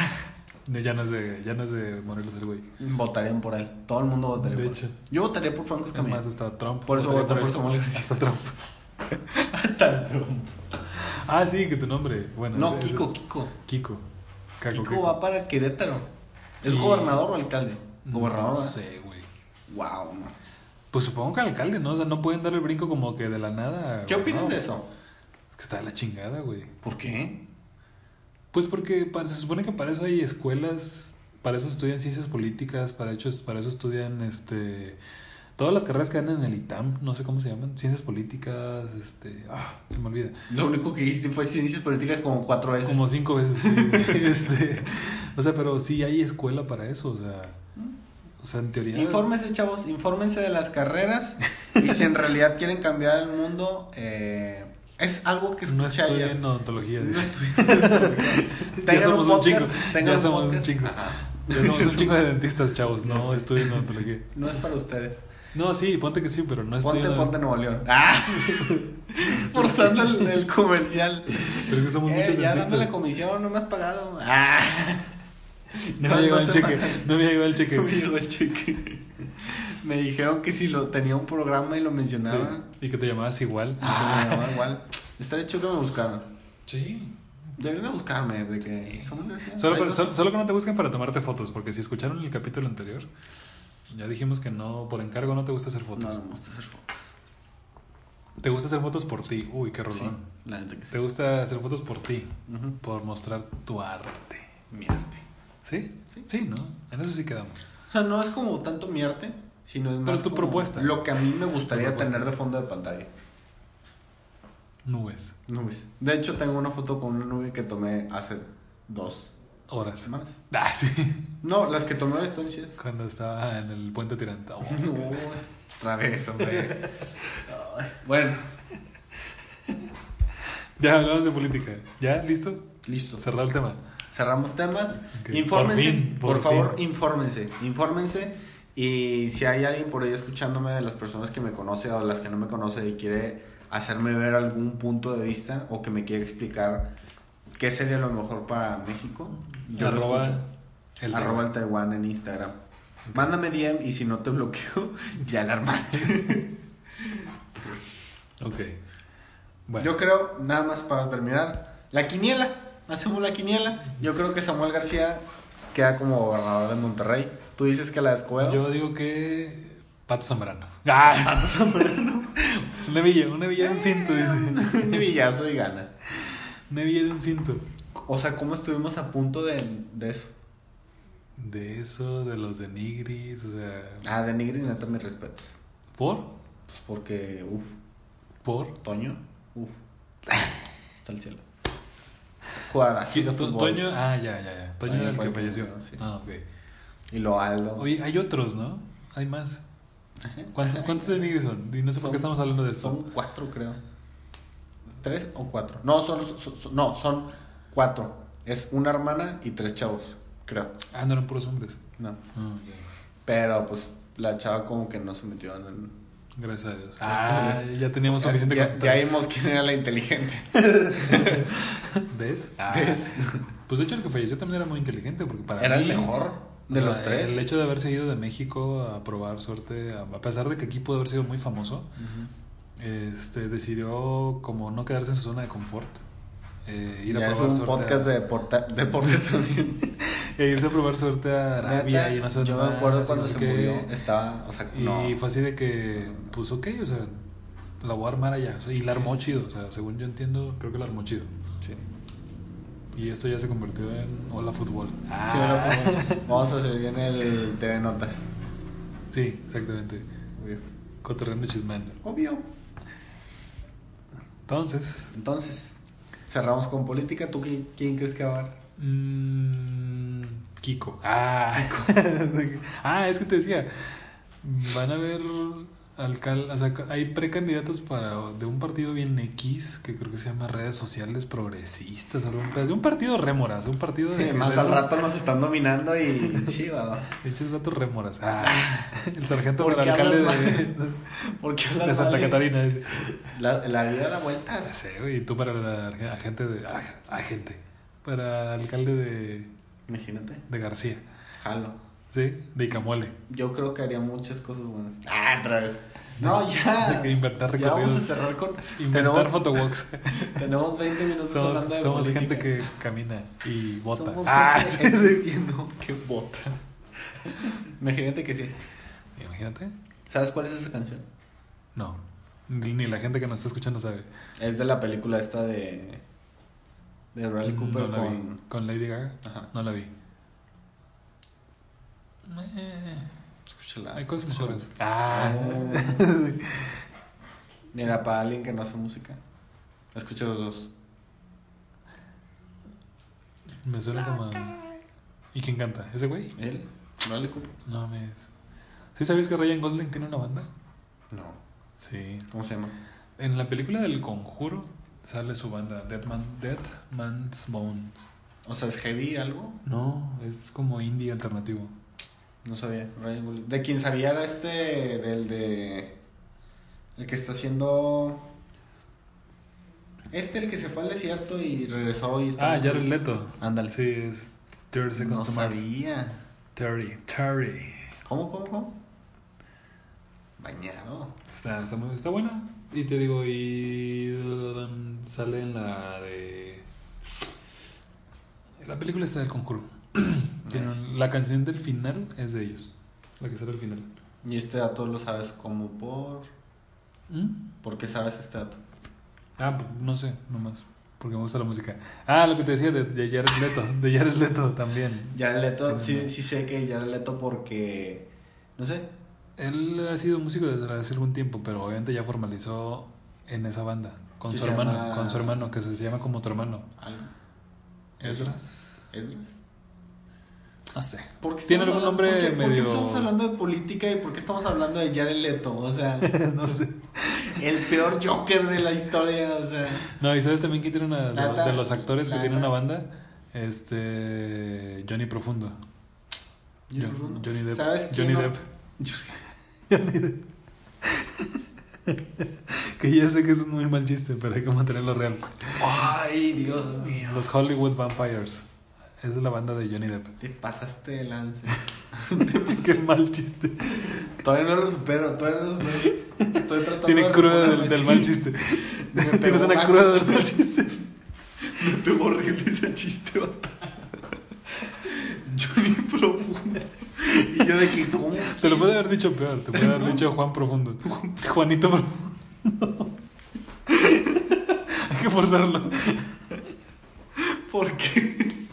Speaker 3: No, ya no es de, ya no es de Morelos el güey.
Speaker 2: Votarían por él. Todo el mundo votaría
Speaker 3: De
Speaker 2: por
Speaker 3: hecho.
Speaker 2: él. Yo votaría por Franco Escamilla.
Speaker 3: Además está Trump.
Speaker 2: Por eso
Speaker 3: Votaría
Speaker 2: votan por
Speaker 3: él.
Speaker 2: Samuel García.
Speaker 3: Hasta Trump.
Speaker 2: Hasta el trompo.
Speaker 3: Ah, sí, que tu nombre. Bueno,
Speaker 2: No,
Speaker 3: ese-
Speaker 2: Kiko,
Speaker 3: ese-
Speaker 2: Kiko.
Speaker 3: Kiko. Caco,
Speaker 2: Kiko va para Querétaro. ¿Es
Speaker 3: Y-
Speaker 2: gobernador o alcalde? Gobernador.
Speaker 3: Mm,
Speaker 2: ¿eh? ¿verdad?
Speaker 3: No sé, güey.
Speaker 2: Wow, no.
Speaker 3: Pues supongo que alcalde, ¿no? O sea, no pueden dar el brinco como que de la nada.
Speaker 2: ¿Qué
Speaker 3: güey,
Speaker 2: opinas
Speaker 3: ¿no?
Speaker 2: de eso?
Speaker 3: Es que está de la chingada, güey.
Speaker 2: ¿Por qué?
Speaker 3: Pues porque para- se supone que para eso hay escuelas, para eso estudian ciencias políticas, para, hecho, para eso estudian este todas las carreras que andan en el ITAM, no sé cómo se llaman, ciencias políticas, este, ah, se me olvida.
Speaker 2: Lo único que hiciste fue ciencias políticas como cuatro veces.
Speaker 3: Como cinco veces, sí, sí, este, o sea, pero sí hay escuela para eso, o sea, o sea, en teoría
Speaker 2: Infórmense, chavos, infórmense de las carreras y si en realidad quieren cambiar el mundo, eh, es algo que escuché
Speaker 3: no estoy
Speaker 2: ayer.
Speaker 3: en odontología,
Speaker 2: No
Speaker 3: dice.
Speaker 2: Tengan
Speaker 3: ya somos
Speaker 2: un
Speaker 3: un
Speaker 2: podcast,
Speaker 3: chingo,
Speaker 2: tengan
Speaker 3: ya
Speaker 2: un
Speaker 3: somos un
Speaker 2: podcast.
Speaker 3: chingo. Ya somos un chingo de dentistas, chavos, no estoy en odontología.
Speaker 2: No es para ustedes.
Speaker 3: No, sí, ponte que sí, pero no Ah. estoy
Speaker 2: Ponte,
Speaker 3: en
Speaker 2: ponte Nuevo León. Forzando el, el comercial.
Speaker 3: Pero es que somos
Speaker 2: Eh,
Speaker 3: muchos
Speaker 2: ya dame
Speaker 3: dentistas.
Speaker 2: la comisión, no me has pagado. Ah.
Speaker 3: No me llegó
Speaker 2: Dos
Speaker 3: el cheque.
Speaker 2: semanas.
Speaker 3: No me llegó el
Speaker 2: No me
Speaker 3: cheque.
Speaker 2: llegó el cheque. Me dijeron que si lo tenía un programa y lo mencionaba,
Speaker 3: Y que te llamabas igual.
Speaker 2: que me llamaba igual. Estaría chido que me buscaran.
Speaker 3: Sí.
Speaker 2: Deberían de buscarme, de que somos universidad.
Speaker 3: Solo,
Speaker 2: Ay,
Speaker 3: pero-
Speaker 2: entonces-
Speaker 3: solo- solo que no te busquen para tomarte fotos, porque si escucharon el capítulo anterior, ya dijimos que no, por encargo no te gusta hacer
Speaker 2: No,
Speaker 3: fotos.
Speaker 2: no me gusta hacer fotos.
Speaker 3: Te gusta hacer fotos por ti. Uy, qué
Speaker 2: Sí,
Speaker 3: rolón.
Speaker 2: la neta que sí.
Speaker 3: Te gusta hacer fotos por ti,
Speaker 2: Ujú.
Speaker 3: por mostrar tu arte.
Speaker 2: Mi arte.
Speaker 3: ¿Sí? Sí, ¿no? En eso sí quedamos.
Speaker 2: O sea, no es como tanto mi arte, sino es más.
Speaker 3: Pero es tu
Speaker 2: como
Speaker 3: propuesta.
Speaker 2: Lo que a mí me gustaría
Speaker 3: Tu propuesta.
Speaker 2: tener de fondo de pantalla.
Speaker 3: Nubes,
Speaker 2: Nubes. De hecho, tengo una foto con una nube que tomé hace dos
Speaker 3: horas.
Speaker 2: semanas.
Speaker 3: Ah, sí.
Speaker 2: No, las que tomé están chidas.
Speaker 3: Cuando estaba en el puente tirante. Oh.
Speaker 2: No, otra vez, hombre. Ay, bueno,
Speaker 3: Ya hablamos de política. ¿Ya? ¿Listo?
Speaker 2: listo.
Speaker 3: Cerrado el tema.
Speaker 2: Cerramos tema.
Speaker 3: Ok,
Speaker 2: Infórmense,
Speaker 3: por fin,
Speaker 2: por,
Speaker 3: por
Speaker 2: favor,
Speaker 3: fin.
Speaker 2: infórmense, infórmense. Y si hay alguien por ahí escuchándome de las personas que me conoce o las que no me conoce y quiere hacerme ver algún punto de vista o que me quiere explicar qué sería lo mejor para México, yo lo escucho.
Speaker 3: arroba el
Speaker 2: arroba el Taiwán en Instagram. Mándame DM y si no te bloqueo, ya la armaste.
Speaker 3: Ok. Bueno,
Speaker 2: Yo creo, nada más para terminar, la quiniela. Hacemos la quiniela. Yo creo que Samuel García queda como gobernador de Monterrey. Tú dices que la de Escobedo.
Speaker 3: yo digo que Pato Zambrano. ¡Ah! Pato Zambrano. una villa, una villa de un cinto, dice.
Speaker 2: Un villazo y gana.
Speaker 3: Una villa de un cinto.
Speaker 2: O sea, ¿cómo estuvimos a punto de, de eso?
Speaker 3: de eso, de los de Nigris, o sea.
Speaker 2: Ah, de Nigris, neta, mis respetos.
Speaker 3: ¿Por?
Speaker 2: Pues porque, uff,
Speaker 3: ¿Por?
Speaker 2: Toño, uff. Está el cielo. Jugar así de
Speaker 3: ¿Qui- to-
Speaker 2: fútbol.
Speaker 3: Toño, ah, ya, ya, ya. Toño
Speaker 2: Toño
Speaker 3: era el
Speaker 2: fue
Speaker 3: que
Speaker 2: el que
Speaker 3: falleció.
Speaker 2: murió, sí.
Speaker 3: Ah, ok.
Speaker 2: Y lo Aldo.
Speaker 3: Oye, hay otros, ¿no? Hay más. ¿Cuántos, cuántos de Nigris son? Y no sé por qué estamos hablando de
Speaker 2: Son
Speaker 3: esto.
Speaker 2: cuatro, creo. ¿Tres o cuatro? No, son, son- son- no, son cuatro. Es una hermana y tres chavos, creo.
Speaker 3: Ah, no eran puros hombres.
Speaker 2: No.
Speaker 3: Ah, ya.
Speaker 2: Pero pues la chava como que no se metió en el...
Speaker 3: Gracias a Dios.
Speaker 2: Ah,
Speaker 3: Ah, ya teníamos suficiente
Speaker 2: ya, ya
Speaker 3: contactos.
Speaker 2: vimos quién era la inteligente.
Speaker 3: ¿Ves? Ah.
Speaker 2: ¿Ves?
Speaker 3: Pues de hecho el que falleció también era muy inteligente porque para
Speaker 2: Era
Speaker 3: mí-
Speaker 2: el mejor
Speaker 3: o
Speaker 2: de
Speaker 3: sea,
Speaker 2: los tres.
Speaker 3: El hecho de haberse ido de México a probar suerte, a a pesar de que aquí pudo haber sido muy famoso, este decidió como no quedarse en su zona de confort. eh, ir a
Speaker 2: Ya es
Speaker 3: probar
Speaker 2: un
Speaker 3: suerte
Speaker 2: podcast
Speaker 3: a-
Speaker 2: de deporta- deporte también.
Speaker 3: e irse a probar suerte a Arabia
Speaker 2: Neta,
Speaker 3: y no sé
Speaker 2: Yo
Speaker 3: dónde
Speaker 2: me acuerdo
Speaker 3: más,
Speaker 2: cuando
Speaker 3: y no
Speaker 2: se
Speaker 3: sé qué.
Speaker 2: murió. Estaba, o sea,
Speaker 3: Y
Speaker 2: no.
Speaker 3: fue así de que, pues ok, o sea, la voy a armar allá. o sea, y la armó chido, o sea, según yo entiendo, creo que la armó chido.
Speaker 2: Sí.
Speaker 3: Y esto ya se convirtió en Hola Fútbol.
Speaker 2: Sí, bueno, pues, vamos a hacer bien el TV Notas.
Speaker 3: Sí, exactamente.
Speaker 2: Obvio.
Speaker 3: Cotorreando y chismeando.
Speaker 2: Obvio.
Speaker 3: Entonces,
Speaker 2: Entonces, cerramos con política. ¿Tú quién, quién crees que va a ganar?
Speaker 3: mm, Kiko. Ah, ah, es que te decía, van a haber alcal, o sea, hay precandidatos para de un partido bien X que creo que se llama redes sociales progresistas, algo de un partido rémoras, un partido de que
Speaker 2: Más
Speaker 3: de
Speaker 2: al
Speaker 3: esos-
Speaker 2: rato nos están dominando y chiva.
Speaker 3: Pinches vatos rémoras. Ah, el sargento
Speaker 2: ¿Por
Speaker 3: para
Speaker 2: qué
Speaker 3: alcalde
Speaker 2: hablas
Speaker 3: de,
Speaker 2: Porque
Speaker 3: de Santa Catarina. dice.
Speaker 2: La, la vida da
Speaker 3: Ya
Speaker 2: vueltas.
Speaker 3: sé, güey, Y tú para la arge- agente de. aj- Agente. Para alcalde de,
Speaker 2: Imagínate.
Speaker 3: de García.
Speaker 2: Jalo.
Speaker 3: ¿Sí? De Icamole.
Speaker 2: Yo creo que haría muchas cosas buenas. Ah, otra vez. No, ya.
Speaker 3: Hay que inventar
Speaker 2: ya
Speaker 3: recorridos.
Speaker 2: vamos a cerrar con.
Speaker 3: Inventar
Speaker 2: tenemos-
Speaker 3: fotowalks.
Speaker 2: Tenemos 20 minutos
Speaker 3: Somos,
Speaker 2: hablando de
Speaker 3: somos
Speaker 2: política.
Speaker 3: gente que camina y vota.
Speaker 2: Somos
Speaker 3: ah,
Speaker 2: gente
Speaker 3: sí, sí.
Speaker 2: existiendo que bota. Imagínate que sí.
Speaker 3: Imagínate.
Speaker 2: ¿Sabes cuál es esa canción?
Speaker 3: No. Ni ni la gente que nos está escuchando sabe.
Speaker 2: Es de la película esta de. De Bradley Cooper
Speaker 3: Mm, no la vi.
Speaker 2: con.
Speaker 3: Con Lady Gaga.
Speaker 2: Ajá.
Speaker 3: No la vi. Eh,
Speaker 2: Escúchala.
Speaker 3: hay cosas
Speaker 2: escúchala.
Speaker 3: mejores. Ah.
Speaker 2: Mira, para alguien que no hace música. Escucha los dos.
Speaker 3: Me suena como. a- ¿Y quién canta? ¿Ese güey?
Speaker 2: Él, Bradley Cooper.
Speaker 3: No mames. ¿Sí sabías que Ryan Gosling tiene una banda?
Speaker 2: No.
Speaker 3: Sí.
Speaker 2: ¿Cómo se llama?
Speaker 3: En la película del conjuro sale su banda, Dead, Man, Dead Man's Bone.
Speaker 2: O sea, es heavy algo.
Speaker 3: No, es como indie alternativo.
Speaker 2: No sabía. Ryan Gosling. De quien sabía era este. Del de. El que está haciendo. Este, el que se fue al desierto y regresó y está.
Speaker 3: Ah, Jared Leto.
Speaker 2: Ándale.
Speaker 3: Sí, es 30 Seconds
Speaker 2: No
Speaker 3: to Mars.
Speaker 2: sabía.
Speaker 3: Terry, Terry.
Speaker 2: ¿Cómo, cómo, cómo? Bañado.
Speaker 3: Está, está, muy- está buena. Y te digo, y um, sale en la de... La película está del conjuro. Tiene
Speaker 2: Nice.
Speaker 3: un- la canción del final es de ellos. La que sale al final.
Speaker 2: Y este dato lo sabes como por.
Speaker 3: ¿Mm?
Speaker 2: ¿Por qué sabes este dato?
Speaker 3: Ah, p- no sé, nomás. Porque me gusta la música. Ah, lo que te decía de, de Jared Leto. De Jared Leto también.
Speaker 2: Jared Leto,
Speaker 3: Sí,
Speaker 2: sí,
Speaker 3: no.
Speaker 2: sí sé que Jared Leto porque. No sé.
Speaker 3: Él ha sido músico desde hace algún tiempo, pero obviamente ya formalizó en esa banda. Con
Speaker 2: Sí,
Speaker 3: su
Speaker 2: se
Speaker 3: hermano,
Speaker 2: llama-
Speaker 3: con su hermano, que se, se llama como tu hermano.
Speaker 2: algo.
Speaker 3: Esdras.
Speaker 2: ¿Edras? Ah,
Speaker 3: No sé.
Speaker 2: ¿Por qué
Speaker 3: Tiene
Speaker 2: estamos
Speaker 3: algún
Speaker 2: hablando-
Speaker 3: nombre
Speaker 2: por qué- por qué
Speaker 3: medio-
Speaker 2: estamos hablando de política y por qué estamos hablando de Jared Leto? O sea,
Speaker 3: No sé.
Speaker 2: el peor Joker de la historia. O sea,
Speaker 3: No, y sabes también que tiene una. De,
Speaker 2: Lata,
Speaker 3: de los actores que
Speaker 2: lata.
Speaker 3: tiene una banda. Este. Johnny Profundo.
Speaker 2: Johnny
Speaker 3: Jo-
Speaker 2: Profundo.
Speaker 3: Johnny Depp.
Speaker 2: ¿Sabes quién
Speaker 3: Johnny
Speaker 2: no-
Speaker 3: Depp. que ya sé que es un muy mal chiste, pero hay que mantenerlo real.
Speaker 2: ay, Dios mío.
Speaker 3: Los Hollywood Vampires. Esa es la banda de Johnny Depp.
Speaker 2: Te pasaste de lance.
Speaker 3: Qué mal chiste.
Speaker 2: Todavía no lo supero, todavía no lo supero. Estoy tratando
Speaker 3: Tiene
Speaker 2: de
Speaker 3: cruda del,
Speaker 2: recuperarme,
Speaker 3: del
Speaker 2: sí.
Speaker 3: mal chiste.
Speaker 2: Me pegó
Speaker 3: Tienes una
Speaker 2: gacho.
Speaker 3: cruda del mal chiste.
Speaker 2: Me pegó horrible ese chiste, vato. Johnny Profundo. Y yo de que, ¿cómo?
Speaker 3: Te lo puede haber dicho peor. Te puede haber dicho Juan Profundo. Juanito Profundo. hay que forzarlo.
Speaker 2: ¿Por qué?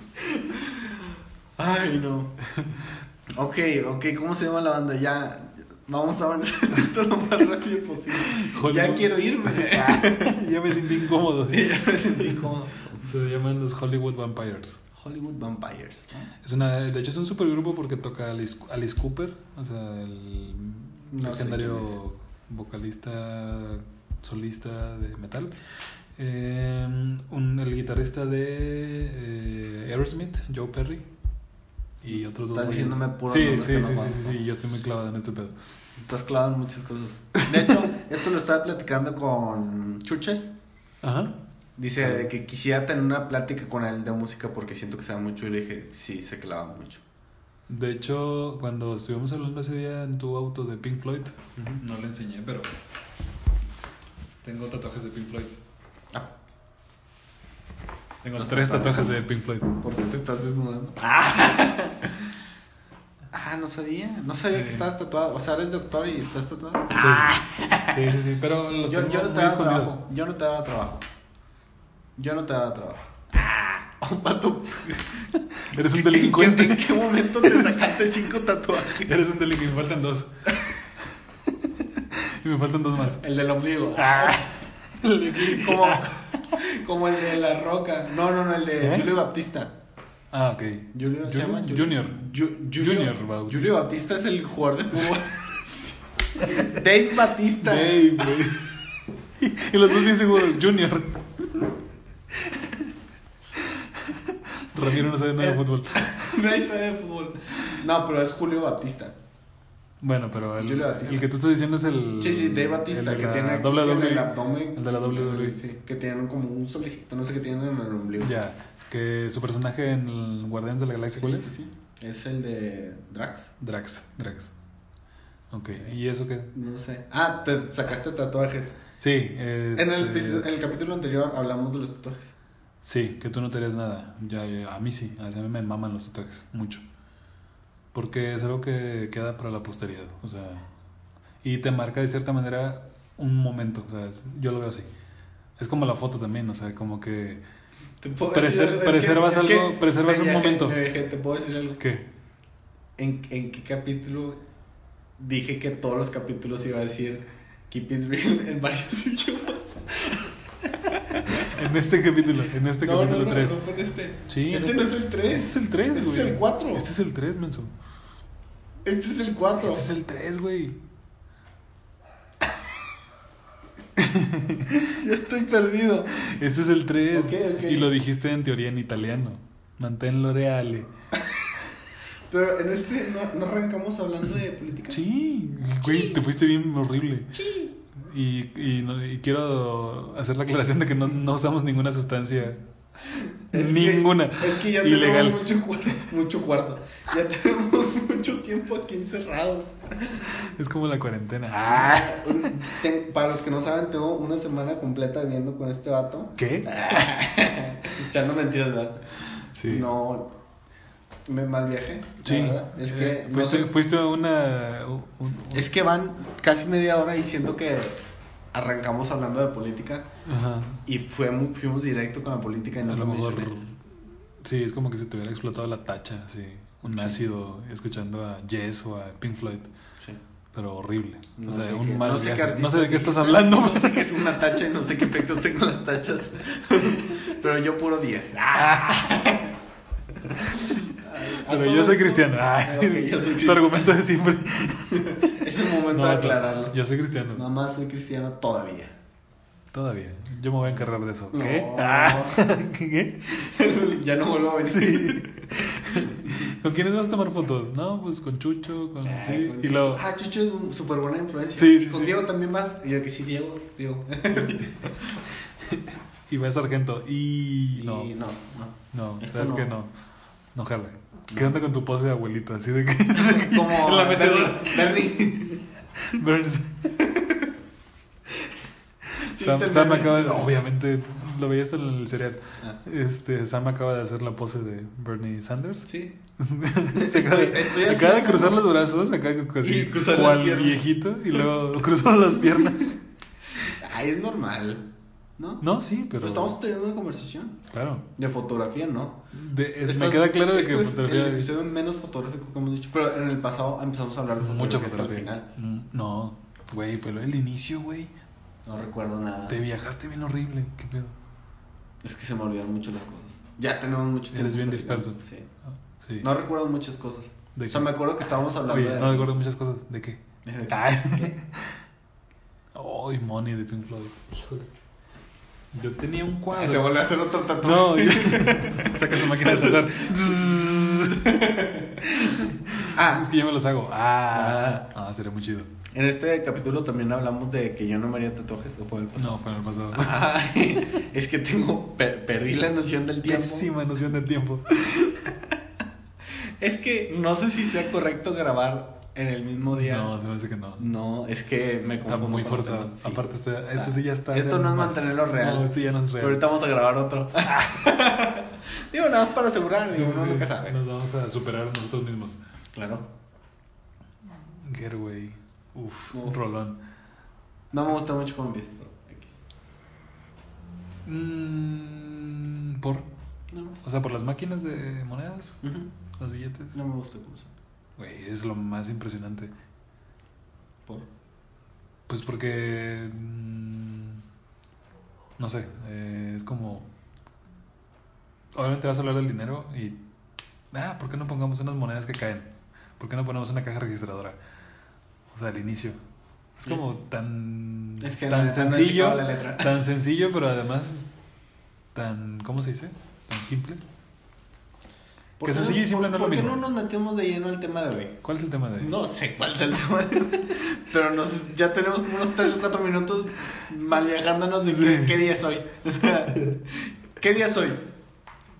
Speaker 2: Ay, no. Ok, ok, ¿cómo se llama la banda? Ya, vamos a avanzar esto lo más rápido posible. Ya
Speaker 3: Hollywood.
Speaker 2: quiero irme.
Speaker 3: ya me sentí incómodo.
Speaker 2: Sí, ya me sentí incómodo.
Speaker 3: Se llaman los Hollywood Vampires.
Speaker 2: Hollywood Vampires. ¿no?
Speaker 3: Es una, de hecho es un supergrupo porque toca Alice, Alice Cooper, o sea, el
Speaker 2: No sé quién
Speaker 3: legendario vocalista solista de metal. Eh, un- el guitarrista de eh, Aerosmith, Joe Perry. Y otros dos.
Speaker 2: Estás
Speaker 3: güeyes.
Speaker 2: diciéndome puros
Speaker 3: sí,
Speaker 2: nombres
Speaker 3: sí,
Speaker 2: que no
Speaker 3: sí, sí,
Speaker 2: conozco.
Speaker 3: sí, sí, yo estoy muy clavado en este pedo.
Speaker 2: Estás clavado en muchas cosas. De hecho, esto lo estaba platicando con Chuches.
Speaker 3: Ajá.
Speaker 2: Dice de que quisiera tener una plática con él de música porque siento que sabe mucho. Y le dije, sí, se clava mucho.
Speaker 3: De hecho, cuando estuvimos hablando ese día en tu auto de Pink Floyd, no le enseñé, pero tengo tatuajes de Pink Floyd.
Speaker 2: Ah.
Speaker 3: Tengo
Speaker 2: Los
Speaker 3: tres
Speaker 2: tatuajes.
Speaker 3: tatuajes de Pink Floyd.
Speaker 2: ¿Por qué te estás desnudando? Ah, no sabía. No sabía
Speaker 3: Sí.
Speaker 2: que estabas tatuado. O sea, eres doctor y estás tatuado.
Speaker 3: Sí, sí, sí, pero los
Speaker 2: Ah. Yo,
Speaker 3: tengo
Speaker 2: yo no te
Speaker 3: muy
Speaker 2: daba
Speaker 3: escondidos.
Speaker 2: trabajo. Yo no te daba trabajo. Yo no te daba trabajo. Ah, un pato.
Speaker 3: Eres un
Speaker 2: ¿En
Speaker 3: delincuente.
Speaker 2: qué momento te sacaste cinco tatuajes?
Speaker 3: Eres un delincuente, me faltan dos. y me faltan dos más.
Speaker 2: El del ombligo. El de aquí, Ah. como, como el de la roca. No, no, no, el de
Speaker 3: ¿Eh?
Speaker 2: Julio Baptista.
Speaker 3: Ah, ok.
Speaker 2: Julio, ¿se
Speaker 3: Ju-
Speaker 2: llama? Ju-
Speaker 3: Junior.
Speaker 2: Ju-
Speaker 3: Junior
Speaker 2: Julio,
Speaker 3: Bautista.
Speaker 2: Julio Baptista es el jugador de fútbol. Dave Batista.
Speaker 3: Dave, güey. y los dos bien seguros, Junior. Ramiro no sabe nada de fútbol.
Speaker 2: Nadie sabe de fútbol. No, pero es Julio Baptista.
Speaker 3: Bueno, pero el,
Speaker 2: Julio Batista.
Speaker 3: el que tú estás diciendo es el.
Speaker 2: Sí, sí, Dave Batista,
Speaker 3: Mm, el de
Speaker 2: que
Speaker 3: la
Speaker 2: tiene, aquí en
Speaker 3: WWE.
Speaker 2: el abdomen.
Speaker 3: El de la WWE.
Speaker 2: Sí, que tienen como un solicito, no sé qué tienen en el ombligo.
Speaker 3: Ya, que su personaje en el Guardianes de la Galaxia, ¿cuál es?
Speaker 2: Es el de Drax.
Speaker 3: Drax, Drax. Ok, ¿y eso qué?
Speaker 2: No sé. Ah, te sacaste tatuajes.
Speaker 3: Sí, eh,
Speaker 2: En el,
Speaker 3: este,
Speaker 2: episodio- en el capítulo anterior hablamos de los tatuajes.
Speaker 3: Sí, que tú no te harías nada. Ya, ya, a mí sí, a mí me maman los tatuajes, mucho. Porque es algo que queda para la posteridad, o sea, y te marca de cierta manera un momento, o sea, es- yo lo veo así. Es como la foto también, o sea, como que...
Speaker 2: ¿Te puedo
Speaker 3: Preser-
Speaker 2: decir algo? Es que-
Speaker 3: preservas
Speaker 2: es que
Speaker 3: algo- preservas
Speaker 2: me
Speaker 3: un
Speaker 2: viajé,
Speaker 3: momento.
Speaker 2: me viajé, te puedo decir algo.
Speaker 3: ¿Qué?
Speaker 2: ¿En, en qué capítulo dije que todos los capítulos iba a decir Keep It Real en varios idiomas?
Speaker 3: En este capítulo, en este
Speaker 2: no, no,
Speaker 3: capítulo
Speaker 2: no,
Speaker 3: 3.
Speaker 2: no fue en este.
Speaker 3: Sí,
Speaker 2: este
Speaker 3: en
Speaker 2: no
Speaker 3: este-
Speaker 2: es el
Speaker 3: Este
Speaker 2: 3.
Speaker 3: es el 3,
Speaker 2: Este
Speaker 3: güey.
Speaker 2: es el 4.
Speaker 3: Este es el 3, menso.
Speaker 2: Este es el 4.
Speaker 3: Este es el 3, güey.
Speaker 2: Yo estoy perdido.
Speaker 3: Este es el 3.
Speaker 2: Ok, ok.
Speaker 3: Y lo dijiste en teoría en italiano. Manténlo reale.
Speaker 2: Pero en este no, no arrancamos hablando de política.
Speaker 3: Sí, güey, te fuiste bien horrible. Y, y no- y quiero hacer la aclaración de que no, no usamos ninguna sustancia.
Speaker 2: Es
Speaker 3: ninguna.
Speaker 2: que- es que ya
Speaker 3: Ilegal.
Speaker 2: tenemos mucho, cuar- mucho cuarto. Ya tenemos mucho tiempo aquí encerrados.
Speaker 3: Es como la cuarentena.
Speaker 2: Ah,
Speaker 3: Ah.
Speaker 2: Ten- para los que no saben, tengo una semana completa viviendo con este vato.
Speaker 3: ¿Qué?
Speaker 2: Echando mentiras, ¿verdad?
Speaker 3: Sí.
Speaker 2: No. Me mal viaje.
Speaker 3: Sí.
Speaker 2: Es que.
Speaker 3: Eh,
Speaker 2: no
Speaker 3: fuiste,
Speaker 2: sé-
Speaker 3: fuiste a una. un- un-
Speaker 2: es que van casi media hora diciendo que arrancamos hablando de política.
Speaker 3: Ajá.
Speaker 2: Y fue mu- fuimos directo con la política y no
Speaker 3: A
Speaker 2: lo
Speaker 3: lo mejor.
Speaker 2: mencioné.
Speaker 3: Sí, es como que se te hubiera explotado la tacha, sí. Un ácido escuchando a Jess o a Pink Floyd,
Speaker 2: Sí.
Speaker 3: pero horrible.
Speaker 2: No
Speaker 3: o sea,
Speaker 2: sé
Speaker 3: un
Speaker 2: qué-
Speaker 3: mal
Speaker 2: no sé qué
Speaker 3: viaje.
Speaker 2: artista
Speaker 3: No sé de qué
Speaker 2: dijiste,
Speaker 3: estás hablando. pues.
Speaker 2: No sé qué es una tacha y no sé qué efectos tengo las tachas. Pero yo puro Ah. 10.
Speaker 3: Pero yo soy cristiano. Ah, sí,
Speaker 2: yo soy
Speaker 3: Tu
Speaker 2: cristiano.
Speaker 3: argumento de siempre.
Speaker 2: Es el momento de
Speaker 3: no,
Speaker 2: aclararlo.
Speaker 3: Yo soy cristiano.
Speaker 2: Mamá, soy cristiano todavía.
Speaker 3: Todavía. Yo me voy a encargar de eso.
Speaker 2: No.
Speaker 3: ¿Qué? Ah, ¿Qué?
Speaker 2: ya no vuelvo a venir.
Speaker 3: Sí. ¿Con quiénes vas a tomar fotos? No, pues con Chucho, con.
Speaker 2: Ah,
Speaker 3: sí.
Speaker 2: con
Speaker 3: Y
Speaker 2: Chucho.
Speaker 3: luego.
Speaker 2: Ah, Chucho es un súper buena influencia.
Speaker 3: Sí, sí,
Speaker 2: Con
Speaker 3: sí.
Speaker 2: Diego también vas. Y yo que sí, Diego. Diego.
Speaker 3: Y va sargento. Y.
Speaker 2: Y
Speaker 3: No.
Speaker 2: no,
Speaker 3: No,
Speaker 2: Esto
Speaker 3: sabes
Speaker 2: no.
Speaker 3: que no. No jala. ¿Qué onda con tu pose de abuelito? Así de que.
Speaker 2: Como
Speaker 3: En la mecedora.
Speaker 2: Bernie. Bernie.
Speaker 3: Burns.
Speaker 2: Sí,
Speaker 3: Sam,
Speaker 2: está el
Speaker 3: Sam
Speaker 2: Bernie.
Speaker 3: acaba de. Obviamente, lo veías en el cereal.
Speaker 2: Ah.
Speaker 3: Este, Sam acaba de hacer la pose de Bernie Sanders.
Speaker 2: Sí.
Speaker 3: Se acaba, de-
Speaker 2: Estoy- estoy
Speaker 3: acaba de
Speaker 2: haciendo-
Speaker 3: cruzar los brazos, acaba de
Speaker 2: Y
Speaker 3: cruzar
Speaker 2: cruzar las
Speaker 3: cual
Speaker 2: piernas.
Speaker 3: viejito y luego cruzó las piernas.
Speaker 2: Ay, es normal. ¿no?
Speaker 3: No, sí, pero.
Speaker 2: Pero Pues estamos teniendo una conversación.
Speaker 3: Claro.
Speaker 2: De fotografía, ¿no?
Speaker 3: De- es- me
Speaker 2: Estás-
Speaker 3: queda claro de
Speaker 2: este
Speaker 3: que
Speaker 2: es
Speaker 3: fotografía.
Speaker 2: El episodio menos fotográfico que hemos dicho. Pero en el pasado empezamos a hablar de fotografía.
Speaker 3: Mucha
Speaker 2: hasta el
Speaker 3: fotografía. Mm, No, güey, fue lo del inicio, güey.
Speaker 2: final. No recuerdo nada.
Speaker 3: Te viajaste bien horrible. ¿Qué pedo?
Speaker 2: Es que se me olvidan mucho las cosas. Ya tenemos mucho tiempo.
Speaker 3: Eres bien
Speaker 2: platicando.
Speaker 3: disperso.
Speaker 2: Sí.
Speaker 3: Ah, Sí.
Speaker 2: No recuerdo muchas cosas.
Speaker 3: ¿De
Speaker 2: o sea,
Speaker 3: qué?
Speaker 2: me acuerdo que estábamos hablando
Speaker 3: Oye,
Speaker 2: de...
Speaker 3: no recuerdo muchas cosas. ¿De qué?
Speaker 2: de-
Speaker 3: Ay, Ay, Money de Pink Floyd. Híjole. Yo tenía un cuadro.
Speaker 2: Se volvió a hacer otro tatuaje.
Speaker 3: No, yo... saca su máquina de tratar.
Speaker 2: Ah,
Speaker 3: Ah, es que yo me los hago. Ah,
Speaker 2: Ah.
Speaker 3: ah. sería muy chido.
Speaker 2: en este capítulo también hablamos de que yo no me haría tatuajes. ¿O fue el pasado?
Speaker 3: No, fue en el pasado.
Speaker 2: Ah, Ay, es que tengo... per- perdí la noción del tiempo.
Speaker 3: Pésima noción del tiempo.
Speaker 2: Es que no sé si sea correcto grabar en el mismo día.
Speaker 3: No, se me hace que no.
Speaker 2: No, es que me
Speaker 3: Está
Speaker 2: confundo
Speaker 3: muy
Speaker 2: con los
Speaker 3: forzado.
Speaker 2: temas, sí. Ah,
Speaker 3: Aparte, este, este sí ya está.
Speaker 2: Esto no es
Speaker 3: más-
Speaker 2: mantenerlo real.
Speaker 3: No, esto ya no es real.
Speaker 2: Pero ahorita vamos a grabar otro. Digo, nada más para asegurar,
Speaker 3: Sí,
Speaker 2: digo, uno
Speaker 3: sí,
Speaker 2: nunca sabe.
Speaker 3: Nos vamos a superar nosotros mismos.
Speaker 2: Claro.
Speaker 3: Getaway. Uf,
Speaker 2: No.
Speaker 3: un rolón.
Speaker 2: No me gusta mucho cómo empieza, pero X.
Speaker 3: Mm, por.
Speaker 2: Nada más.
Speaker 3: O sea, por las máquinas de monedas,
Speaker 2: Ujú.
Speaker 3: los billetes.
Speaker 2: No me gusta cómo suena.
Speaker 3: Güey, es lo más impresionante.
Speaker 2: Por.
Speaker 3: Pues porque. mm, No sé, eh, es como. Obviamente vas a hablar del dinero y. Ah, ¿por qué no pongamos unas monedas que caen? ¿Por qué no ponemos una caja registradora? O sea, al inicio. Es como tan.
Speaker 2: Es que
Speaker 3: tan
Speaker 2: no- no he
Speaker 3: sencillo.
Speaker 2: checado la letra.
Speaker 3: Tan sencillo, pero además. Tan. ¿Cómo se dice? Tan simple.
Speaker 2: ¿Por
Speaker 3: Que
Speaker 2: qué
Speaker 3: sencillo y simple no es lo
Speaker 2: ¿Por
Speaker 3: mismo.
Speaker 2: qué no nos metemos de lleno al tema de hoy?
Speaker 3: ¿Cuál es el tema de hoy?
Speaker 2: No sé cuál es el tema de hoy, pero nos, ya tenemos como unos 3 o 4 minutos mal viajándonos de qué, qué día es hoy. O sea, ¿qué día es hoy?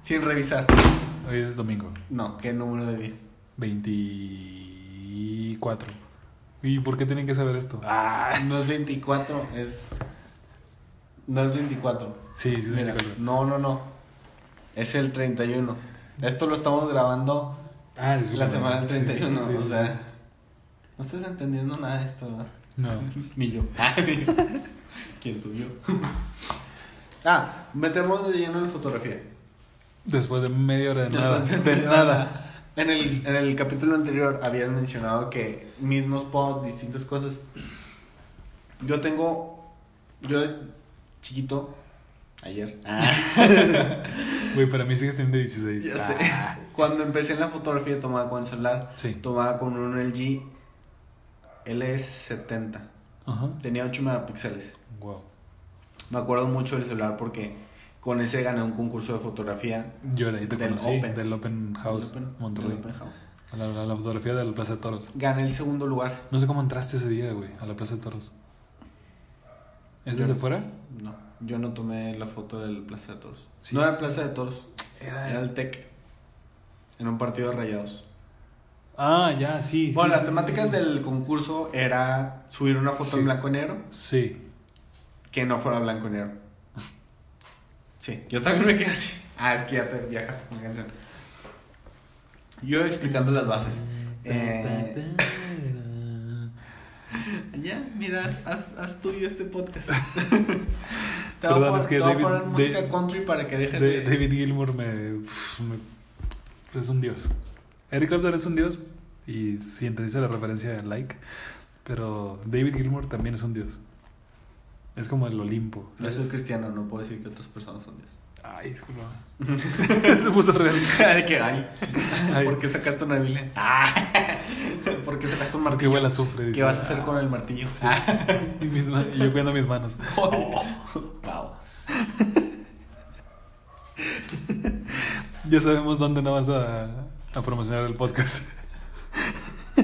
Speaker 2: Sin revisar.
Speaker 3: Hoy es domingo.
Speaker 2: No, ¿qué número de día?
Speaker 3: 24. ¿Y por qué tienen que saber esto?
Speaker 2: Ah, no es 24, es. No es 24.
Speaker 3: Sí, sí, sí,
Speaker 2: Mira,
Speaker 3: recuerdo.
Speaker 2: no, no, no. Es el 31. Esto lo estamos grabando
Speaker 3: Ah, disculpa.
Speaker 2: la semana del 31.
Speaker 3: Sí, sí,
Speaker 2: o
Speaker 3: sí.
Speaker 2: sea, no estás entendiendo nada de esto, ¿verdad?
Speaker 3: No.
Speaker 2: Ni yo. ¿Quién tú? Yo. ah, metemos de lleno en la fotografía.
Speaker 3: Después de media hora de nada. De
Speaker 2: Pero
Speaker 3: nada.
Speaker 2: En el, en el capítulo anterior habías mencionado que mismos pods, distintas cosas. Yo tengo. Yo de chiquito. Ayer.
Speaker 3: Güey, para mí sigues teniendo Ah, 16.
Speaker 2: ya sé. Cuando empecé en la fotografía tomaba con celular.
Speaker 3: Sí.
Speaker 2: Tomaba con un LG LS70.
Speaker 3: Ajá.
Speaker 2: Tenía 8 megapíxeles.
Speaker 3: Wow.
Speaker 2: Me acuerdo mucho del celular porque con ese gané un concurso de fotografía.
Speaker 3: Yo de ahí te
Speaker 2: Del
Speaker 3: conocí.
Speaker 2: Open.
Speaker 3: Del Open House
Speaker 2: Del Open-
Speaker 3: Monterrey.
Speaker 2: del Open House.
Speaker 3: La, la- la fotografía de la Plaza de Toros.
Speaker 2: Gané el segundo lugar.
Speaker 3: No sé cómo entraste ese día, güey, a la Plaza de Toros. ¿Es desde
Speaker 2: Yo-
Speaker 3: fuera?
Speaker 2: No, yo no tomé la foto del Plaza de Toros.
Speaker 3: Sí.
Speaker 2: No era Plaza de Toros, era
Speaker 3: Era.
Speaker 2: el TEC. En un partido de rayados.
Speaker 3: Ah, ya, sí.
Speaker 2: Bueno,
Speaker 3: sí,
Speaker 2: las
Speaker 3: sí,
Speaker 2: temáticas
Speaker 3: sí, sí.
Speaker 2: del concurso era subir una foto
Speaker 3: Sí.
Speaker 2: en blanco y negro
Speaker 3: Sí.
Speaker 2: que no fuera blanco y negro. Sí, yo también me quedé así. Ah, es que ya te viajaste con la canción. Yo explicando las bases.
Speaker 3: Mm,
Speaker 2: Eh, ya, mira, haz, haz- haz tuyo este podcast. te voy a
Speaker 3: Perdón,
Speaker 2: poner,
Speaker 3: es que
Speaker 2: te voy a
Speaker 3: David-
Speaker 2: poner
Speaker 3: de-
Speaker 2: música country para que dejen
Speaker 3: De-
Speaker 2: de...
Speaker 3: David Gilmour me, uf, me- Es un dios. Eric Clapton es un dios. Y si entendiste la referencia, like. Pero David Gilmour también es un dios. Es como el Olimpo.
Speaker 2: Yo
Speaker 3: ¿sabes?
Speaker 2: soy cristiano, no puedo decir que otras personas son Dios.
Speaker 3: Ay, disculpa. Se puso real.
Speaker 2: Ay, que ay.
Speaker 3: Ay.
Speaker 2: ¿Por qué sacaste una Biblia? Ah. ¿Por qué sacaste un
Speaker 3: Porque
Speaker 2: martillo?
Speaker 3: igual azufre.
Speaker 2: ¿Qué
Speaker 3: dice.
Speaker 2: vas a hacer con el martillo? Ah,
Speaker 3: Y, mis man- y yo cuidando mis manos. Oh.
Speaker 2: Wow.
Speaker 3: Ya sabemos dónde no vas a, a promocionar el podcast.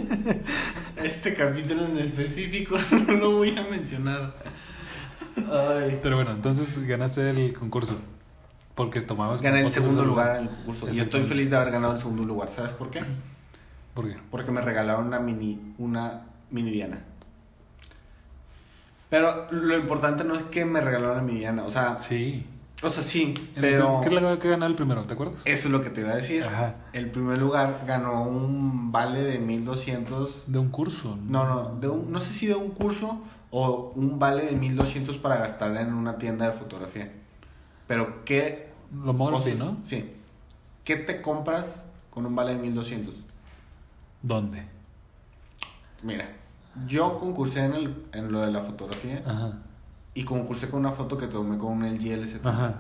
Speaker 2: Este capítulo en específico no lo voy a mencionar. Ay.
Speaker 3: Pero bueno, entonces ganaste el concurso. Porque tomabas.
Speaker 2: Gané el
Speaker 3: fotos de
Speaker 2: segundo
Speaker 3: salud.
Speaker 2: lugar en el concurso. Y estoy feliz de haber ganado el segundo lugar. ¿Sabes por qué?
Speaker 3: ¿Por qué?
Speaker 2: Porque me regalaron una mini, una mini Diana. Pero lo importante no es que me regalaron la mini Diana. O sea,
Speaker 3: Sí.
Speaker 2: o sea sí,
Speaker 3: El
Speaker 2: pero...
Speaker 3: prim- ¿Qué es la que ganó el primero? ¿Te acuerdas?
Speaker 2: Eso es lo que te iba a decir.
Speaker 3: Ajá.
Speaker 2: El primer lugar ganó un vale de 1200.
Speaker 3: De un curso.
Speaker 2: No, no, de un, no sé si de un curso o un vale de 1200 para gastar en una tienda de fotografía. Pero ¿qué
Speaker 3: Lo morphy,
Speaker 2: cosas-
Speaker 3: ¿no?
Speaker 2: Sí. ¿Qué te compras con un vale de 1200?
Speaker 3: ¿Dónde?
Speaker 2: Mira, yo concursé en, el, en lo de la fotografía
Speaker 3: Ajá.
Speaker 2: y concursé con una foto que tomé con un LG LCD.
Speaker 3: Ajá.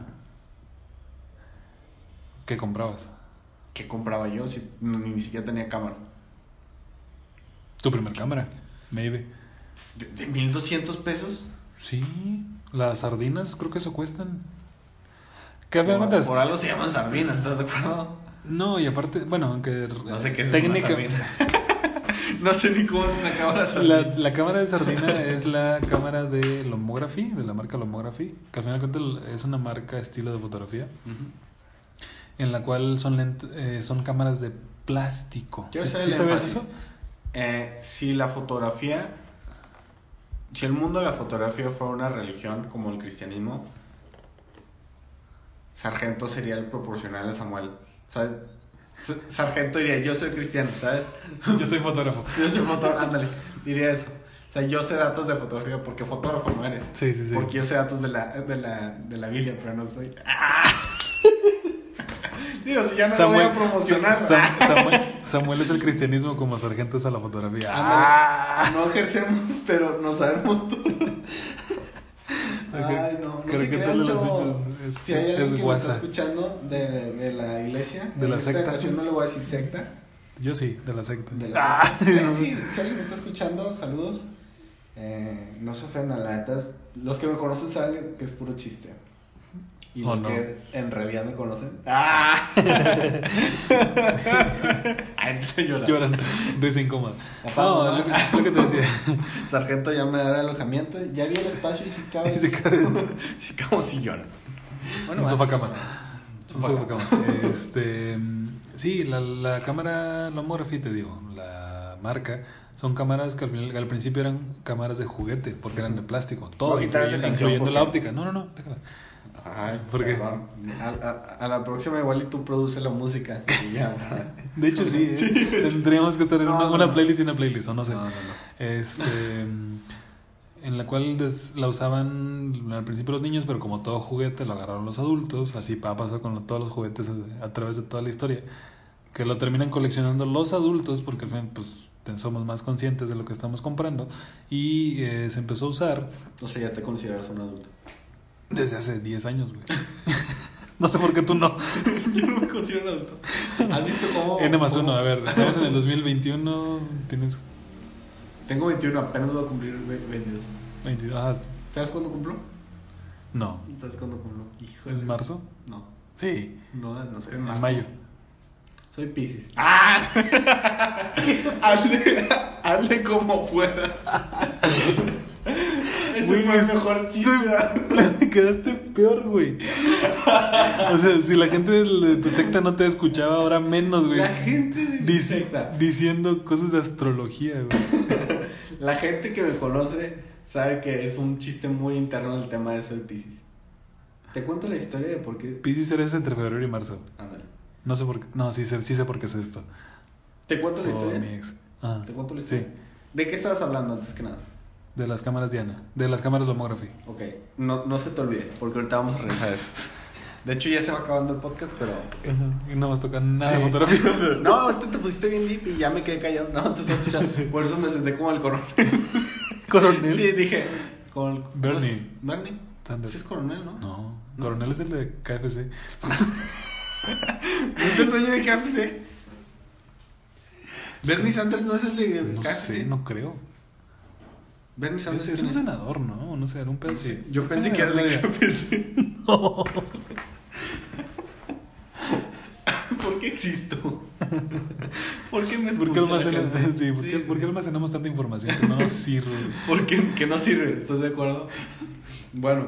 Speaker 3: ¿Qué comprabas?
Speaker 2: que compraba yo si ni ni siquiera tenía cámara.
Speaker 3: Tu primer cámara, maybe.
Speaker 2: ¿De, de 1200 pesos?
Speaker 3: Sí, las sardinas creo que eso cuestan. ¿Qué
Speaker 2: Por,
Speaker 3: preguntas?
Speaker 2: por algo se llaman sardinas, ¿estás de acuerdo?
Speaker 3: No, y aparte, bueno, aunque
Speaker 2: No sé qué es
Speaker 3: técnica,
Speaker 2: una sardina. no sé ni cómo es una cámara
Speaker 3: la,
Speaker 2: sardina.
Speaker 3: la cámara de sardina es la cámara de Lomography, de la marca Lomography, que al final de cuentas es una marca estilo de fotografía,
Speaker 2: Ujú.
Speaker 3: en la cual son lent- eh, son cámaras de plástico.
Speaker 2: Quiero
Speaker 3: ¿Sí,
Speaker 2: hacer
Speaker 3: sí
Speaker 2: el
Speaker 3: sabías
Speaker 2: énfasis.
Speaker 3: eso?
Speaker 2: Eh, si la fotografía, si el mundo de la fotografía fuera una religión como el cristianismo, Sargento sería el proporcional a Samuel. ¿sabes? S- Sargento diría, yo soy cristiano, ¿sabes?
Speaker 3: Yo soy fotógrafo.
Speaker 2: Yo soy fotógrafo, ándale, diría eso. O sea, yo sé datos de fotografía porque fotógrafo no eres.
Speaker 3: Sí, sí, sí.
Speaker 2: Porque yo sé datos de la, de la, de la Biblia, pero no soy. Digo, si ya no lo
Speaker 3: Samuel,
Speaker 2: voy a promocionar.
Speaker 3: Sam- Sam- Samuel, Samuel es el cristianismo como sargento es a la fotografía.
Speaker 2: Ah, Ándale, no ejercemos, pero no sabemos todo.
Speaker 3: Ok.
Speaker 2: Ay, no, no
Speaker 3: Creo
Speaker 2: se
Speaker 3: que
Speaker 2: crean,
Speaker 3: todas las
Speaker 2: chavo.
Speaker 3: escuchas- es-
Speaker 2: Si hay
Speaker 3: es
Speaker 2: alguien que me está
Speaker 3: guasa.
Speaker 2: escuchando de, de la iglesia,
Speaker 3: De la
Speaker 2: en esta
Speaker 3: secta.
Speaker 2: ocasión no le voy a decir secta.
Speaker 3: Yo sí, de la secta.
Speaker 2: De la
Speaker 3: Ah.
Speaker 2: secta. Eh, Sí, si alguien me está escuchando, saludos. Eh, no se ofendan, la neta. es- Los que me conocen saben que es puro chiste. Y
Speaker 3: Oh,
Speaker 2: los
Speaker 3: no.
Speaker 2: que en realidad me conocen. ¡Ah! Ay, empecé a llorar.
Speaker 3: Lloran, risa incómoda.
Speaker 2: Papá,
Speaker 3: No,
Speaker 2: mamá.
Speaker 3: es lo, que, es lo que te decía.
Speaker 2: Sargento ya me dará alojamiento. Ya vi el espacio y si cabe.
Speaker 3: Sí cabe.
Speaker 2: si cabe un sillón. Bueno,
Speaker 3: un
Speaker 2: vas.
Speaker 3: sofá cámara. Un
Speaker 2: Sofá
Speaker 3: sofá cámara. Este, mm, sí, la, la cámara Lomography, te digo, la marca, son cámaras que al, final- al principio eran cámaras de juguete, porque eran de plástico. Todo,
Speaker 2: Voy a quitar esa
Speaker 3: incluy-
Speaker 2: canción
Speaker 3: incluyendo la
Speaker 2: porque-
Speaker 3: óptica. No, no, no, déjala.
Speaker 2: Ay,
Speaker 3: ¿Por qué?
Speaker 2: perdón. A, a- a la próxima igual y tú produces la música. Y ya, ¿verdad?
Speaker 3: De hecho, sí, ¿eh? tendríamos que estar en
Speaker 2: No,
Speaker 3: una,
Speaker 2: no,
Speaker 3: una
Speaker 2: no.
Speaker 3: playlist y una playlist, o no sé.
Speaker 2: No, no, no.
Speaker 3: Este, en la cual des- la usaban al principio los niños, pero como todo juguete lo agarraron los adultos, así ha pasado con todos los juguetes a, a través de toda la historia, que lo terminan coleccionando los adultos porque al fin pues te- somos más conscientes de lo que estamos comprando y eh, se empezó a usar
Speaker 2: O sea, ya te consideras un adulto.
Speaker 3: desde hace 10 años, güey. no sé por qué tú no.
Speaker 2: Yo no me considero un adulto. ¿Has visto cómo?
Speaker 3: N más uno,
Speaker 2: cómo-
Speaker 3: a ver, estamos en el 2021, tienes
Speaker 2: Tengo 21, apenas voy a cumplir ve- 22.
Speaker 3: 22, ah,
Speaker 2: ¿Sabes cuándo cumplo?
Speaker 3: no,
Speaker 2: ¿Sabes cuándo cumplo? Híjole.
Speaker 3: en marzo,
Speaker 2: No,
Speaker 3: sí,
Speaker 2: no, no soy en
Speaker 3: en
Speaker 2: marzo.
Speaker 3: mayo.
Speaker 2: Soy Pisces. ¡Ah! hazle, hazle como puedas. Ese
Speaker 3: Güey,
Speaker 2: fue el
Speaker 3: es-
Speaker 2: mejor chiste.
Speaker 3: Quedaste peor, güey. O sea, si la gente de tu secta no te escuchaba, ahora menos, güey.
Speaker 2: La gente de mi
Speaker 3: Dici-
Speaker 2: secta.
Speaker 3: Diciendo cosas de astrología, güey.
Speaker 2: La gente que me conoce sabe que es un chiste muy interno el tema de soy Pisces. Te cuento la historia de por qué.
Speaker 3: Piscis eres entre febrero y marzo.
Speaker 2: Ándale.
Speaker 3: No sé por qué. No, sí sé, sí sé por qué es esto.
Speaker 2: ¿Te cuento la
Speaker 3: Por
Speaker 2: historia?
Speaker 3: mi ex. Ah,
Speaker 2: ¿Te cuento la
Speaker 3: Oh, sí.
Speaker 2: historia? ¿De qué estabas hablando antes que nada?
Speaker 3: De las cámaras Diana. De las cámaras Lomography.
Speaker 2: Ok, no, no se te olvide, porque ahorita vamos a regresar a eso. De hecho, ya se va acabando el podcast, pero.
Speaker 3: Y no vas tocan nada de
Speaker 2: Sí.
Speaker 3: fotografía.
Speaker 2: No, ahorita te pusiste bien deep y ya me quedé callado. No, te estaba escuchando. Por eso me senté como el coronel.
Speaker 3: Coronel.
Speaker 2: Sí, dije. Con el-
Speaker 3: Bernie.
Speaker 2: ¿cómo es? Bernie.
Speaker 3: Sanders.
Speaker 2: Sí, es coronel, ¿no?
Speaker 3: No. Coronel es el de KFC.
Speaker 2: ¿No es el dueño de KFC? Bernie Sanders no es el de
Speaker 3: No
Speaker 2: KFC.
Speaker 3: sé, no creo.
Speaker 2: Bernie
Speaker 3: Es,
Speaker 2: Sanders
Speaker 3: es un
Speaker 2: ¿quién es?
Speaker 3: senador, ¿no? No sé, era un pedo así.
Speaker 2: Yo pensé que era el de KFC.
Speaker 3: No.
Speaker 2: ¿Por qué existo? ¿Por qué me
Speaker 3: ¿Por qué,
Speaker 2: escucha la
Speaker 3: almacenan-
Speaker 2: gente?
Speaker 3: sí, ¿por qué- por qué almacenamos tanta información que no nos sirve?
Speaker 2: Porque que no sirve, ¿estás de acuerdo? Bueno,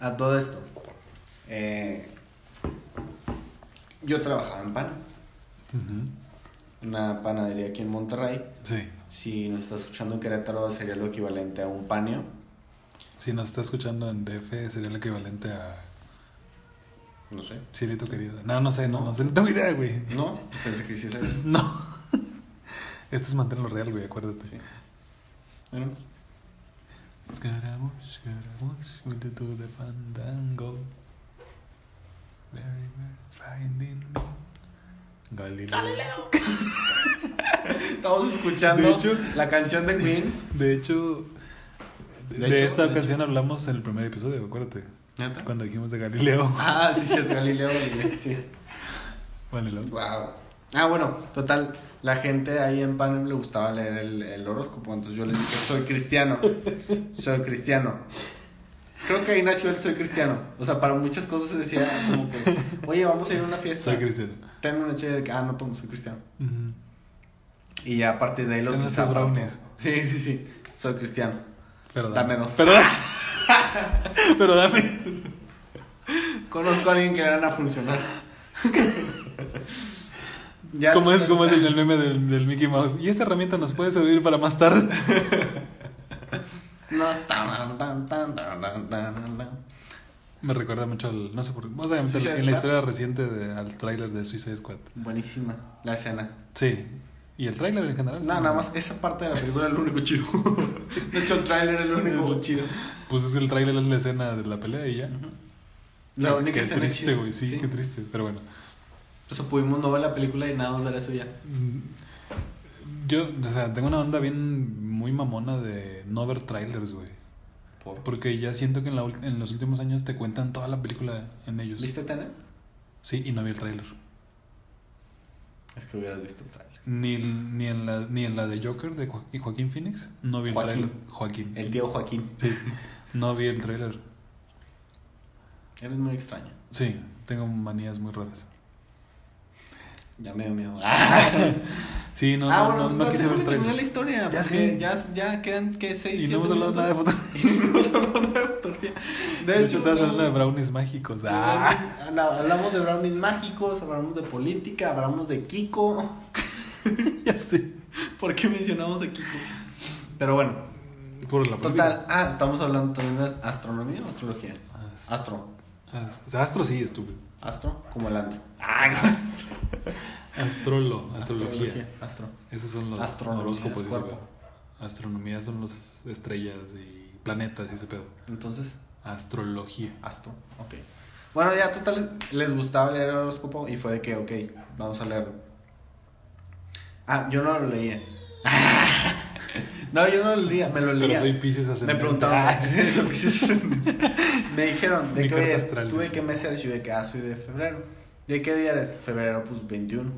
Speaker 2: a todo esto. eh, yo trabajaba en pan,
Speaker 3: Ujú,
Speaker 2: una panadería aquí en Monterrey.
Speaker 3: Sí.
Speaker 2: Si nos estás escuchando en Querétaro, sería lo equivalente a un paneo.
Speaker 3: Si nos está escuchando en DF, sería el equivalente a
Speaker 2: No sé.
Speaker 3: Cielito Querido. No, no sé, no, no sé, no tengo idea, güey.
Speaker 2: No, pensé que sí sabes.
Speaker 3: No. Esto es mantenerlo real, güey, acuérdate.
Speaker 2: Sí. Bueno,
Speaker 3: Escarabús, escarabús, multitud de fandango. Very, very finding me. Galileo.
Speaker 2: Estamos escuchando
Speaker 3: De hecho-
Speaker 2: la canción de Queen.
Speaker 3: De hecho, de,
Speaker 2: De hecho,
Speaker 3: esta
Speaker 2: de
Speaker 3: canción hablamos en el primer episodio, acuérdate.
Speaker 2: ¿Neta?
Speaker 3: Cuando dijimos de Galileo.
Speaker 2: Ah, sí, cierto, Galileo Galilei, sí.
Speaker 3: Bueno, y luego.
Speaker 2: Wow. Ah, bueno, total. La gente ahí en Panem le gustaba leer el, el horóscopo, entonces yo les dije, soy cristiano. Soy cristiano. Creo que ahí nació el soy cristiano. O sea, para muchas cosas se decía como que, oye, vamos a ir a una fiesta.
Speaker 3: Soy cristiano.
Speaker 2: Tengo una chévere de que, ah, no tomo, soy cristiano.
Speaker 3: Ujú.
Speaker 2: Y ya a partir de ahí lo
Speaker 3: Tengo
Speaker 2: utilizaba
Speaker 3: estos
Speaker 2: para
Speaker 3: brownies.
Speaker 2: todo. Sí, sí, sí. Soy cristiano.
Speaker 3: Pero
Speaker 2: Dame dos.
Speaker 3: Pero, pero dame.
Speaker 2: Conozco a alguien que le van a funcionar. ya,
Speaker 3: ¿Cómo es, cómo es el, el meme del, del Mickey Mouse? Y esta herramienta nos puede servir para más tarde.
Speaker 2: No, tan, tan, tan, tan, tan, tan, tan.
Speaker 3: Me recuerda mucho al. No sé por qué. Vamos a meter
Speaker 2: Suicide
Speaker 3: en la
Speaker 2: Squad.
Speaker 3: historia reciente de- al tráiler de Suicide Squad.
Speaker 2: Buenísima la escena.
Speaker 3: Sí. ¿Y el tráiler en general?
Speaker 2: No, nada más esa parte de la película es lo único chido. De hecho, el tráiler es lo único chido.
Speaker 3: Pues es que el tráiler es la escena de la pelea y ya. Ah,
Speaker 2: La única
Speaker 3: Qué
Speaker 2: escena
Speaker 3: triste,
Speaker 2: chida.
Speaker 3: güey. Sí, qué triste. Pero bueno.
Speaker 2: O sea, pudimos no ver la película y nada más ver eso ya.
Speaker 3: Mm, Yo, o sea, tengo una onda bien muy mamona de no ver trailers, güey.
Speaker 2: Por-
Speaker 3: Porque ya siento que en, la ult- en los últimos años te cuentan toda la película en ellos.
Speaker 2: ¿Viste Tenet?
Speaker 3: Sí, y no vi el tráiler.
Speaker 2: Es que hubieras visto el tráiler.
Speaker 3: Ni, ni, en la, ni en la de Joker de Jo- Joaquín Phoenix, no vi el
Speaker 2: Joaquín.
Speaker 3: tráiler. Joaquín.
Speaker 2: El tío Joaquín.
Speaker 3: Sí, no vi el tráiler.
Speaker 2: Eres muy extraño.
Speaker 3: Sí, tengo manías muy raras.
Speaker 2: Ya me dio miedo.
Speaker 3: Sí,
Speaker 2: Ah,
Speaker 3: no, no, no, no
Speaker 2: total,
Speaker 3: quise ver el
Speaker 2: Ah, déjame terminar
Speaker 3: tráiler.
Speaker 2: la historia.
Speaker 3: Ya
Speaker 2: Ya
Speaker 3: sé.
Speaker 2: Ya, ya quedan, ¿qué? Seis,
Speaker 3: Y no hemos
Speaker 2: siete
Speaker 3: hablado nada de
Speaker 2: minutos.
Speaker 3: fotografía.
Speaker 2: Y no hemos hablado nada de fotografía.
Speaker 3: De hecho, estabas
Speaker 2: no,
Speaker 3: hablando de brownies mágicos.
Speaker 2: de
Speaker 3: Ah.
Speaker 2: brownies- habla- Hablamos de brownies mágicos, hablamos de política, hablamos de Kiko. ya sé. ¿Por qué mencionamos a Kiko? Pero bueno,
Speaker 3: Por la
Speaker 2: total. Ah, estamos hablando también de astronomía o astrología.
Speaker 3: película.
Speaker 2: Astro.
Speaker 3: As- as- Astro sí, estúpido.
Speaker 2: Astro, como el antro. Ah,
Speaker 3: Astrolo, astrología.
Speaker 2: Astro.
Speaker 3: Esos son los
Speaker 2: Astronomía
Speaker 3: horóscopos.
Speaker 2: es
Speaker 3: dice,
Speaker 2: cuerpo.
Speaker 3: güey. Astronomía son las estrellas y planetas y ese pedo.
Speaker 2: Entonces,
Speaker 3: Astrología.
Speaker 2: Astro, ok. Bueno, ya total les gustaba leer el horóscopo y fue de que, ok, vamos a leerlo. Ah, yo no lo leía. no, yo no lo leía, me lo
Speaker 3: Pero
Speaker 2: leía.
Speaker 3: soy Pisces
Speaker 2: me
Speaker 3: ascendente.
Speaker 2: preguntaron,
Speaker 3: Ah, sí.
Speaker 2: soy Piscis. me dijeron, ¿de
Speaker 3: Mi
Speaker 2: qué
Speaker 3: carta
Speaker 2: día
Speaker 3: astral,
Speaker 2: eres? ¿Tú de
Speaker 3: dice.
Speaker 2: qué mes eres? Yo de que, ah, soy de febrero. ¿De qué día eres? Febrero, pues 21.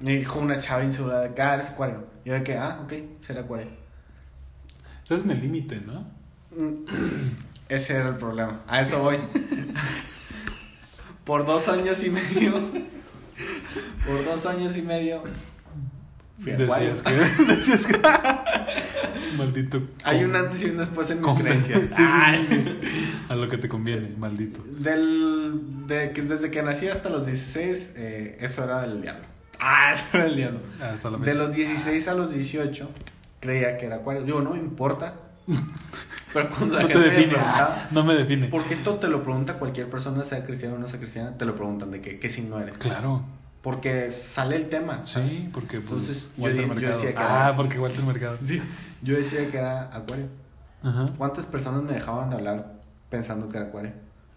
Speaker 2: Me dijo una chava insegura de que, ah, eres acuario. Yo de que, ah, ok, será acuario.
Speaker 3: Estás en el límite, ¿no?
Speaker 2: Ese era el problema. A eso voy. Por dos años y medio. Por dos años y medio. Fui acuario.
Speaker 3: Decías que. Decías que. maldito.
Speaker 2: Hay
Speaker 3: con-
Speaker 2: un antes y un después en Ah, mis
Speaker 3: con-
Speaker 2: creencias.
Speaker 3: Sí, sí, sí, sí. A lo que te conviene, maldito.
Speaker 2: Del, de, que desde que nací hasta los 16, eh, eso era el diablo. Ah, eso era el diablo.
Speaker 3: Hasta la
Speaker 2: De
Speaker 3: fecha.
Speaker 2: los 16 a los 18, creía que era acuario. Digo, no me importa. Pero cuando la
Speaker 3: No te
Speaker 2: gente me
Speaker 3: define.
Speaker 2: preguntaba,
Speaker 3: No me define.
Speaker 2: Porque esto te lo pregunta cualquier persona, sea cristiana o no sea cristiana, te lo preguntan de que, qué signo eres.
Speaker 3: Claro.
Speaker 2: Porque sale el tema. ¿sabes?
Speaker 3: Sí, porque. pues,
Speaker 2: Entonces, yo
Speaker 3: Walter
Speaker 2: di- yo
Speaker 3: Mercado.
Speaker 2: decía que
Speaker 3: Ah,
Speaker 2: era-
Speaker 3: porque Walter Mercado.
Speaker 2: Sí. Yo decía que era acuario.
Speaker 3: Ajá.
Speaker 2: ¿Cuántas personas me dejaban de hablar pensando que era acuario?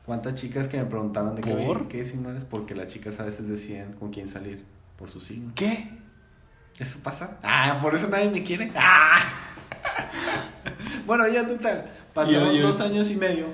Speaker 2: ¿Cuántas chicas que me preguntaban de qué,
Speaker 3: ¿Por?
Speaker 2: oye, qué signo eres? Porque las chicas a veces decían con quién salir por su signo.
Speaker 3: ¿Qué?
Speaker 2: ¿Eso pasa? Ah, por eso nadie me quiere. Ah. bueno, ya total. Pasaron
Speaker 3: Y- y-
Speaker 2: dos años y medio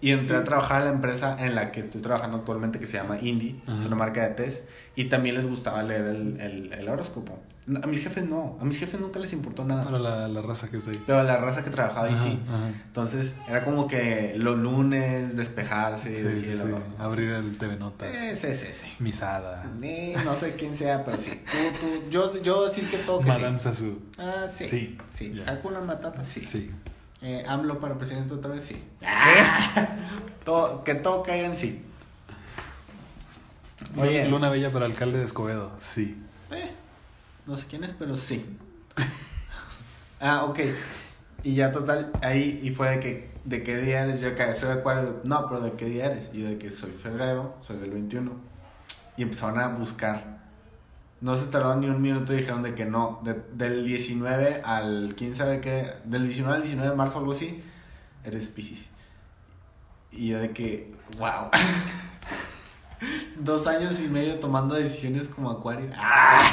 Speaker 2: y entré a trabajar a la empresa en la que estoy trabajando actualmente que se llama Indie, es
Speaker 3: Ajá.
Speaker 2: una marca de test y también les gustaba leer el, el- el horóscopo. A mis jefes no, a mis jefes nunca les importó nada.
Speaker 3: Para la, la raza que está ahí.
Speaker 2: Pero a la raza que trabajaba ahí
Speaker 3: Ajá,
Speaker 2: sí.
Speaker 3: ajá.
Speaker 2: Entonces era como que los lunes despejarse,
Speaker 3: Sí,
Speaker 2: decir
Speaker 3: sí,
Speaker 2: el
Speaker 3: sí.
Speaker 2: horóscopo.
Speaker 3: Abrir Ah. el TV Notas.
Speaker 2: Eh, sí, sí, sí.
Speaker 3: Misada.
Speaker 2: Eh, no sé quién sea, pero sí. Tú, tú, yo, yo decir que todo que sí.
Speaker 3: Madame Sassou.
Speaker 2: Ah, sí.
Speaker 3: Sí,
Speaker 2: Sí.
Speaker 3: ya.
Speaker 2: Hakuna Matata, sí.
Speaker 3: Sí.
Speaker 2: Eh, AMLO para presidente otra vez, sí. Ah. Todo- que todo caiga en sí. Oye,
Speaker 3: Luna Bella para alcalde de Escobedo. Sí.
Speaker 2: eh, no sé quién es, pero sí. ah, ok. Y ya total, ahí, y fue de que, de qué día eres, yo acá, soy de acuario, no, pero de qué día eres, y yo de que soy febrero, soy del 21, y empezaron a buscar, no se tardaron ni un minuto, y dijeron de que no, de- del 19 al 15 de que, del 19 al 19 de marzo, algo así, eres Pisces. Y yo de que, wow. Dos años y medio tomando decisiones como Acuario. ¡Ah!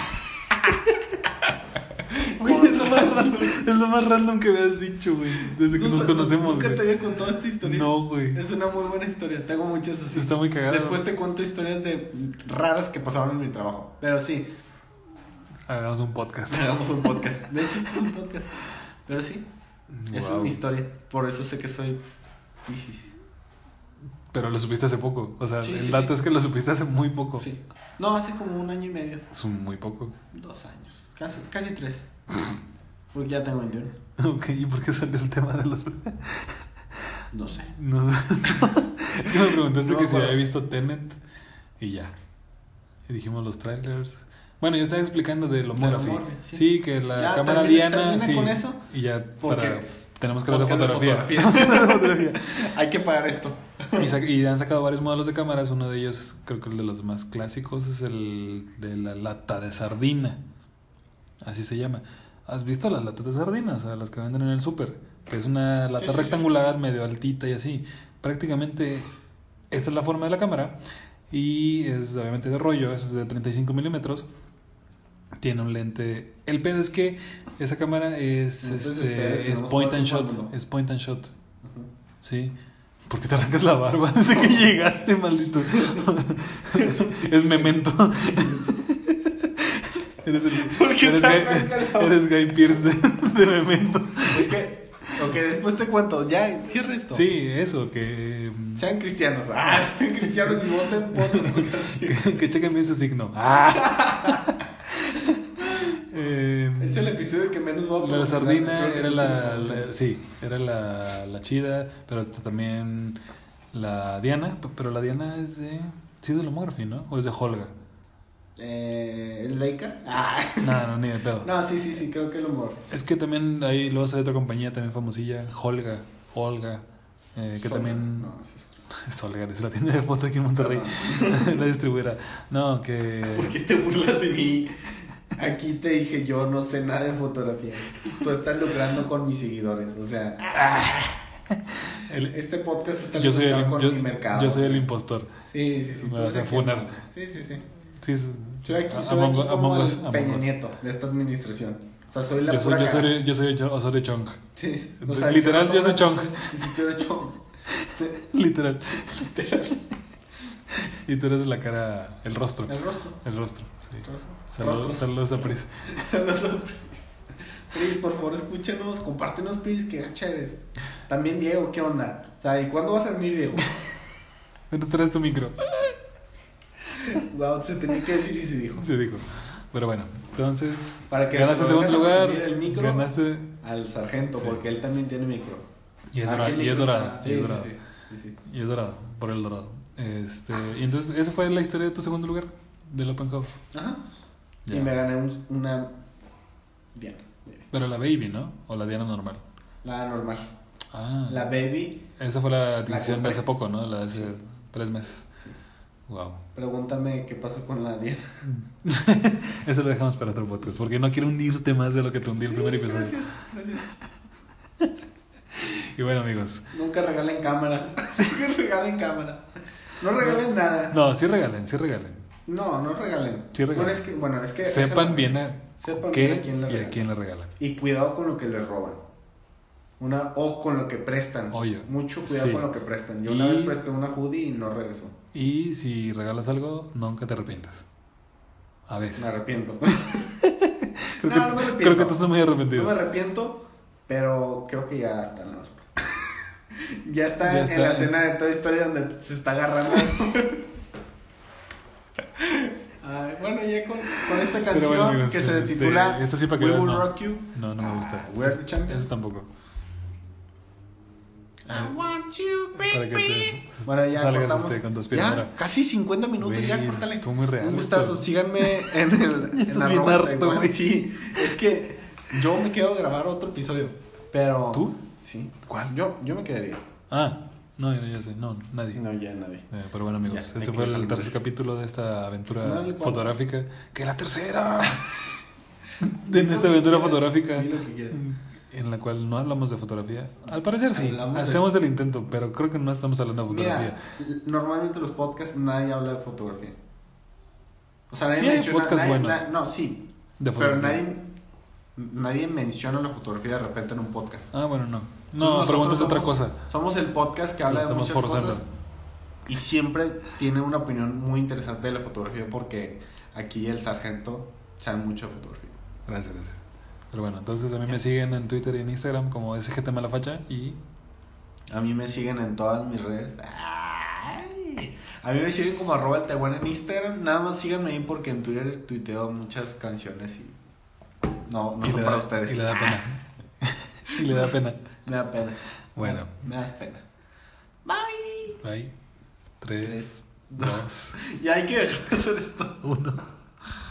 Speaker 3: Güey, es, lo más, es lo más random que me has dicho, güey. Desde que
Speaker 2: No
Speaker 3: nos
Speaker 2: sé,
Speaker 3: conocemos.
Speaker 2: Nunca te
Speaker 3: güey.
Speaker 2: había contado esta historia.
Speaker 3: No, güey.
Speaker 2: Es una muy buena historia. Tengo muchas así.
Speaker 3: Está muy cagado.
Speaker 2: Después te cuento historias de raras que pasaron en mi trabajo. Pero sí,
Speaker 3: Hagamos un podcast.
Speaker 2: hagamos un podcast. De hecho, esto es un podcast. Pero sí, esa es
Speaker 3: Wow.
Speaker 2: mi historia. Por eso sé que soy Pisces.
Speaker 3: Pero lo supiste hace poco. O sea,
Speaker 2: Sí,
Speaker 3: el
Speaker 2: sí,
Speaker 3: dato
Speaker 2: sí.
Speaker 3: es que lo supiste hace muy poco.
Speaker 2: Sí. No, hace como un año y medio.
Speaker 3: Es un muy poco.
Speaker 2: Dos años. Casi, casi tres. Porque ya tengo 21.
Speaker 3: Ok, ¿y por qué salió el tema de los.?
Speaker 2: No sé.
Speaker 3: No, es que me preguntaste
Speaker 2: No me
Speaker 3: que si
Speaker 2: acuerdo.
Speaker 3: había visto Tenet y ya. Y dijimos los trailers. Bueno, yo estaba explicando de lo
Speaker 2: De lo
Speaker 3: Murphy.
Speaker 2: Murphy,
Speaker 3: Sí.
Speaker 2: sí.
Speaker 3: que la
Speaker 2: Ya,
Speaker 3: cámara
Speaker 2: termina-
Speaker 3: Diana.
Speaker 2: termina
Speaker 3: sí.
Speaker 2: con eso,
Speaker 3: Y ya
Speaker 2: porque
Speaker 3: para- tenemos que hablar de
Speaker 2: Podcast
Speaker 3: fotografía.
Speaker 2: Hay que pagar esto.
Speaker 3: y, sa- y han sacado varios modelos de cámaras. Uno de ellos, creo que el de los más clásicos, es el de la lata de sardina. Así se llama. ¿Has visto las latas de sardina? O sea, las que venden en el súper. Que es una lata
Speaker 2: sí, sí.
Speaker 3: rectangular, medio altita y así. Prácticamente, esa es la forma de la cámara. Y es obviamente de rollo, eso es de 35 milímetros. Tiene un lente. El pedo es que esa cámara es,
Speaker 2: No te
Speaker 3: este,
Speaker 2: desesperes,
Speaker 3: es
Speaker 2: tenemos
Speaker 3: point
Speaker 2: todo el tiempo
Speaker 3: and
Speaker 2: del
Speaker 3: shot.
Speaker 2: mundo.
Speaker 3: Es point and shot. Sí. ¿Por qué te arrancas la barba desde que llegaste, maldito? es, es memento. eres el.
Speaker 2: ¿Por qué
Speaker 3: eres,
Speaker 2: te
Speaker 3: Guy,
Speaker 2: arrancas la barba?
Speaker 3: eres Guy Pierce de, de memento.
Speaker 2: Es que, ok, después te cuento. Ya, cierra esto.
Speaker 3: Sí, eso, que. mm,
Speaker 2: Sean cristianos. Ah, cristianos y voten por su democracia.
Speaker 3: Que, que chequen bien su signo. Ah. Eh,
Speaker 2: Es el episodio que menos voy a
Speaker 3: La de
Speaker 2: promocionar,
Speaker 3: sardina
Speaker 2: espero que
Speaker 3: era
Speaker 2: tú
Speaker 3: la,
Speaker 2: sí me
Speaker 3: la-
Speaker 2: promociones.
Speaker 3: sí, era la, la chida, pero está también la Diana, p- pero la Diana es de sí es de Lomography, ¿no? O es de Holga.
Speaker 2: Eh, ¿Es Leica? Ah.
Speaker 3: No, no, ni de pedo.
Speaker 2: No, sí, sí, sí, creo que el humor.
Speaker 3: Es que también ahí luego sale otra compañía también famosilla, Holga, Holga, eh, que
Speaker 2: Sombra.
Speaker 3: también
Speaker 2: No, ese es otro.
Speaker 3: Solgar es la tienda de fotos aquí en Monterrey, la distribuidora. No, que
Speaker 2: ¿Por qué te burlas de mí? Aquí te dije, yo no sé nada de fotografía. Tú estás lucrando con mis seguidores. O sea,
Speaker 3: el-
Speaker 2: este podcast está
Speaker 3: yo soy el,
Speaker 2: lucrando con
Speaker 3: yo,
Speaker 2: mi mercado.
Speaker 3: yo soy el impostor.
Speaker 2: Sí, sí, sí.
Speaker 3: Me
Speaker 2: tú
Speaker 3: vas a
Speaker 2: eres
Speaker 3: funar.
Speaker 2: aquí. Sí, sí, sí.
Speaker 3: Sí, es-
Speaker 2: Soy aquí, soy
Speaker 3: Among
Speaker 2: aquí
Speaker 3: Us-
Speaker 2: como
Speaker 3: Among
Speaker 2: el
Speaker 3: Us- Among
Speaker 2: Peña
Speaker 3: Us.
Speaker 2: Nieto de esta administración. O sea, soy la
Speaker 3: Yo
Speaker 2: pura
Speaker 3: soy, yo
Speaker 2: cara.
Speaker 3: soy, yo soy Osorio Chong.
Speaker 2: Sí.
Speaker 3: Literal, yo soy
Speaker 2: tomo
Speaker 3: Chong.
Speaker 2: decisiones, y si tú eres Chong.
Speaker 3: Literal. y tú eres la cara, el rostro.
Speaker 2: El rostro.
Speaker 3: El rostro, sí.
Speaker 2: el rostro.
Speaker 3: Saludos,
Speaker 2: Rostros.
Speaker 3: saludos a Pris.
Speaker 2: Saludos a Pris. Pris, por favor, escúchenos, compártenos, Pris, que gacha eres. También Diego, ¿qué onda? O sea, ¿y cuándo vas a venir, Diego?
Speaker 3: No te traes tu micro.
Speaker 2: Wow, se tenía que decir y se dijo.
Speaker 3: Se dijo. Pero bueno, entonces.
Speaker 2: Para que
Speaker 3: ganaste
Speaker 2: se lo
Speaker 3: segundo
Speaker 2: vengas a
Speaker 3: lugar.
Speaker 2: presumir el micro.
Speaker 3: Ganaste.
Speaker 2: Al sargento,
Speaker 3: Sí.
Speaker 2: porque él también tiene micro.
Speaker 3: Y es
Speaker 2: Ah,
Speaker 3: dorado.
Speaker 2: ¿qué
Speaker 3: Y
Speaker 2: micro
Speaker 3: es dorado.
Speaker 2: está?
Speaker 3: y
Speaker 2: Sí,
Speaker 3: es
Speaker 2: sí,
Speaker 3: dorado.
Speaker 2: sí, sí, sí.
Speaker 3: Y es dorado, por el dorado. Este, y entonces, esa fue la historia de tu segundo lugar del Open House.
Speaker 2: Ajá.
Speaker 3: Ya.
Speaker 2: Y me gané un- una Diana, baby.
Speaker 3: Pero la Baby, ¿no? O la Diana normal.
Speaker 2: la normal.
Speaker 3: Ah.
Speaker 2: La baby,
Speaker 3: Esa fue la decisión de
Speaker 2: compré.
Speaker 3: hace poco, ¿no? La de hace tres meses. Wow.
Speaker 2: pregúntame qué pasó con la Diana.
Speaker 3: Eso lo dejamos para otro podcast, porque no quiero hundirte más de lo que te hundí el primer episodio.
Speaker 2: Gracias, gracias.
Speaker 3: Y bueno, amigos.
Speaker 2: Nunca regalen cámaras. Nunca regalen cámaras. No regalen nada.
Speaker 3: No, sí regalen, sí regalen.
Speaker 2: No, no regalen.
Speaker 3: Sí regalen.
Speaker 2: Bueno, es que, bueno, es que
Speaker 3: Sepan bien ¿eh? a
Speaker 2: Sepan
Speaker 3: qué
Speaker 2: bien a quién la
Speaker 3: y a
Speaker 2: regalan.
Speaker 3: quién le regalan.
Speaker 2: Y cuidado con lo que les roban. Una, o con lo que prestan.
Speaker 3: Oye,
Speaker 2: Mucho cuidado
Speaker 3: sí.
Speaker 2: con lo que prestan. Yo una
Speaker 3: Y-
Speaker 2: vez presté una hoodie y no regresó.
Speaker 3: Y si regalas algo, nunca te arrepientas. A veces.
Speaker 2: Me arrepiento. No, no
Speaker 3: Creo, que,
Speaker 2: me arrepiento.
Speaker 3: creo que tú estás muy arrepentido.
Speaker 2: no me arrepiento, pero creo que ya está en la basura. ya está,
Speaker 3: Ya
Speaker 2: en
Speaker 3: está.
Speaker 2: la escena de toda historia donde se está agarrando. Ay, bueno, ya con, con esta
Speaker 3: Pero
Speaker 2: canción
Speaker 3: bueno, amigos,
Speaker 2: que se
Speaker 3: este,
Speaker 2: titula
Speaker 3: esta sí para que
Speaker 2: We
Speaker 3: veas,
Speaker 2: Will
Speaker 3: no.
Speaker 2: Rock You.
Speaker 3: No, no me gusta.
Speaker 2: Ah, We're the Champions.
Speaker 3: Eso tampoco.
Speaker 2: I want you,
Speaker 3: Para que
Speaker 2: baby.
Speaker 3: te
Speaker 2: Bueno, ya
Speaker 3: salgas
Speaker 2: cortamos.
Speaker 3: este, con tu
Speaker 2: Ya,
Speaker 3: aspiradora.
Speaker 2: casi 50 minutos, ya,
Speaker 3: Güey,
Speaker 2: córtale.
Speaker 3: tú muy real,
Speaker 2: Un gustazo,
Speaker 3: esto.
Speaker 2: síganme en el... en
Speaker 3: estás bien
Speaker 2: arroba
Speaker 3: harto,
Speaker 2: Taiwán.
Speaker 3: güey.
Speaker 2: Sí, es que yo me quedo a grabar otro episodio, pero...
Speaker 3: ¿Tú?
Speaker 2: Sí.
Speaker 3: ¿Cuál?
Speaker 2: Yo, yo me quedaría.
Speaker 3: Ah, no, yo, yo sé. No, nadie.
Speaker 2: No, ya nadie.
Speaker 3: Eh, pero bueno
Speaker 2: Ya,
Speaker 3: amigos,
Speaker 2: hay
Speaker 3: este
Speaker 2: que
Speaker 3: fue el
Speaker 2: dejarlo
Speaker 3: tercer
Speaker 2: ir.
Speaker 3: capítulo de esta aventura
Speaker 2: No, el cuarto.
Speaker 3: fotográfica. ¡Que la tercera! de
Speaker 2: Di lo
Speaker 3: esta
Speaker 2: que
Speaker 3: aventura
Speaker 2: quieras,
Speaker 3: fotográfica. Mm,
Speaker 2: di lo que quieras.
Speaker 3: en la cual no hablamos de fotografía. Al parecer sí,
Speaker 2: Hablamos de-
Speaker 3: hacemos el intento, pero creo que no estamos hablando de fotografía.
Speaker 2: Mira, l- normalmente los podcasts nadie habla de fotografía. O sea, nadie
Speaker 3: Sí hay
Speaker 2: menciona-
Speaker 3: podcasts
Speaker 2: nadie-
Speaker 3: buenos.
Speaker 2: na- no, sí.
Speaker 3: De
Speaker 2: pero
Speaker 3: fotografía.
Speaker 2: nadie, nadie menciona la fotografía de repente en un podcast.
Speaker 3: Ah, bueno, no. No,
Speaker 2: Nosotros
Speaker 3: preguntas
Speaker 2: somos-
Speaker 3: otra cosa.
Speaker 2: Somos el podcast que
Speaker 3: Lo
Speaker 2: habla de
Speaker 3: estamos
Speaker 2: muchas
Speaker 3: forzando.
Speaker 2: cosas y siempre tiene una opinión muy interesante de la fotografía porque aquí el sargento sabe mucho de fotografía.
Speaker 3: Gracias, gracias. Pero bueno, entonces a mí me siguen en Twitter y en Instagram como SGT Malafacha y
Speaker 2: A mí me siguen en todas mis redes. Ay. A mí me siguen como arroba el Taiwán en Instagram. Nada más síganme ahí porque en Twitter tuiteo muchas canciones y... No, no
Speaker 3: y
Speaker 2: son
Speaker 3: le
Speaker 2: para
Speaker 3: da-
Speaker 2: ustedes.
Speaker 3: Y le da pena. y le da pena.
Speaker 2: Me da pena.
Speaker 3: Bueno.
Speaker 2: Me, das pena. Bye.
Speaker 3: Ahí. Tres,
Speaker 2: Tres,
Speaker 3: dos,
Speaker 2: Ya hay que dejar de hacer esto.
Speaker 3: uno.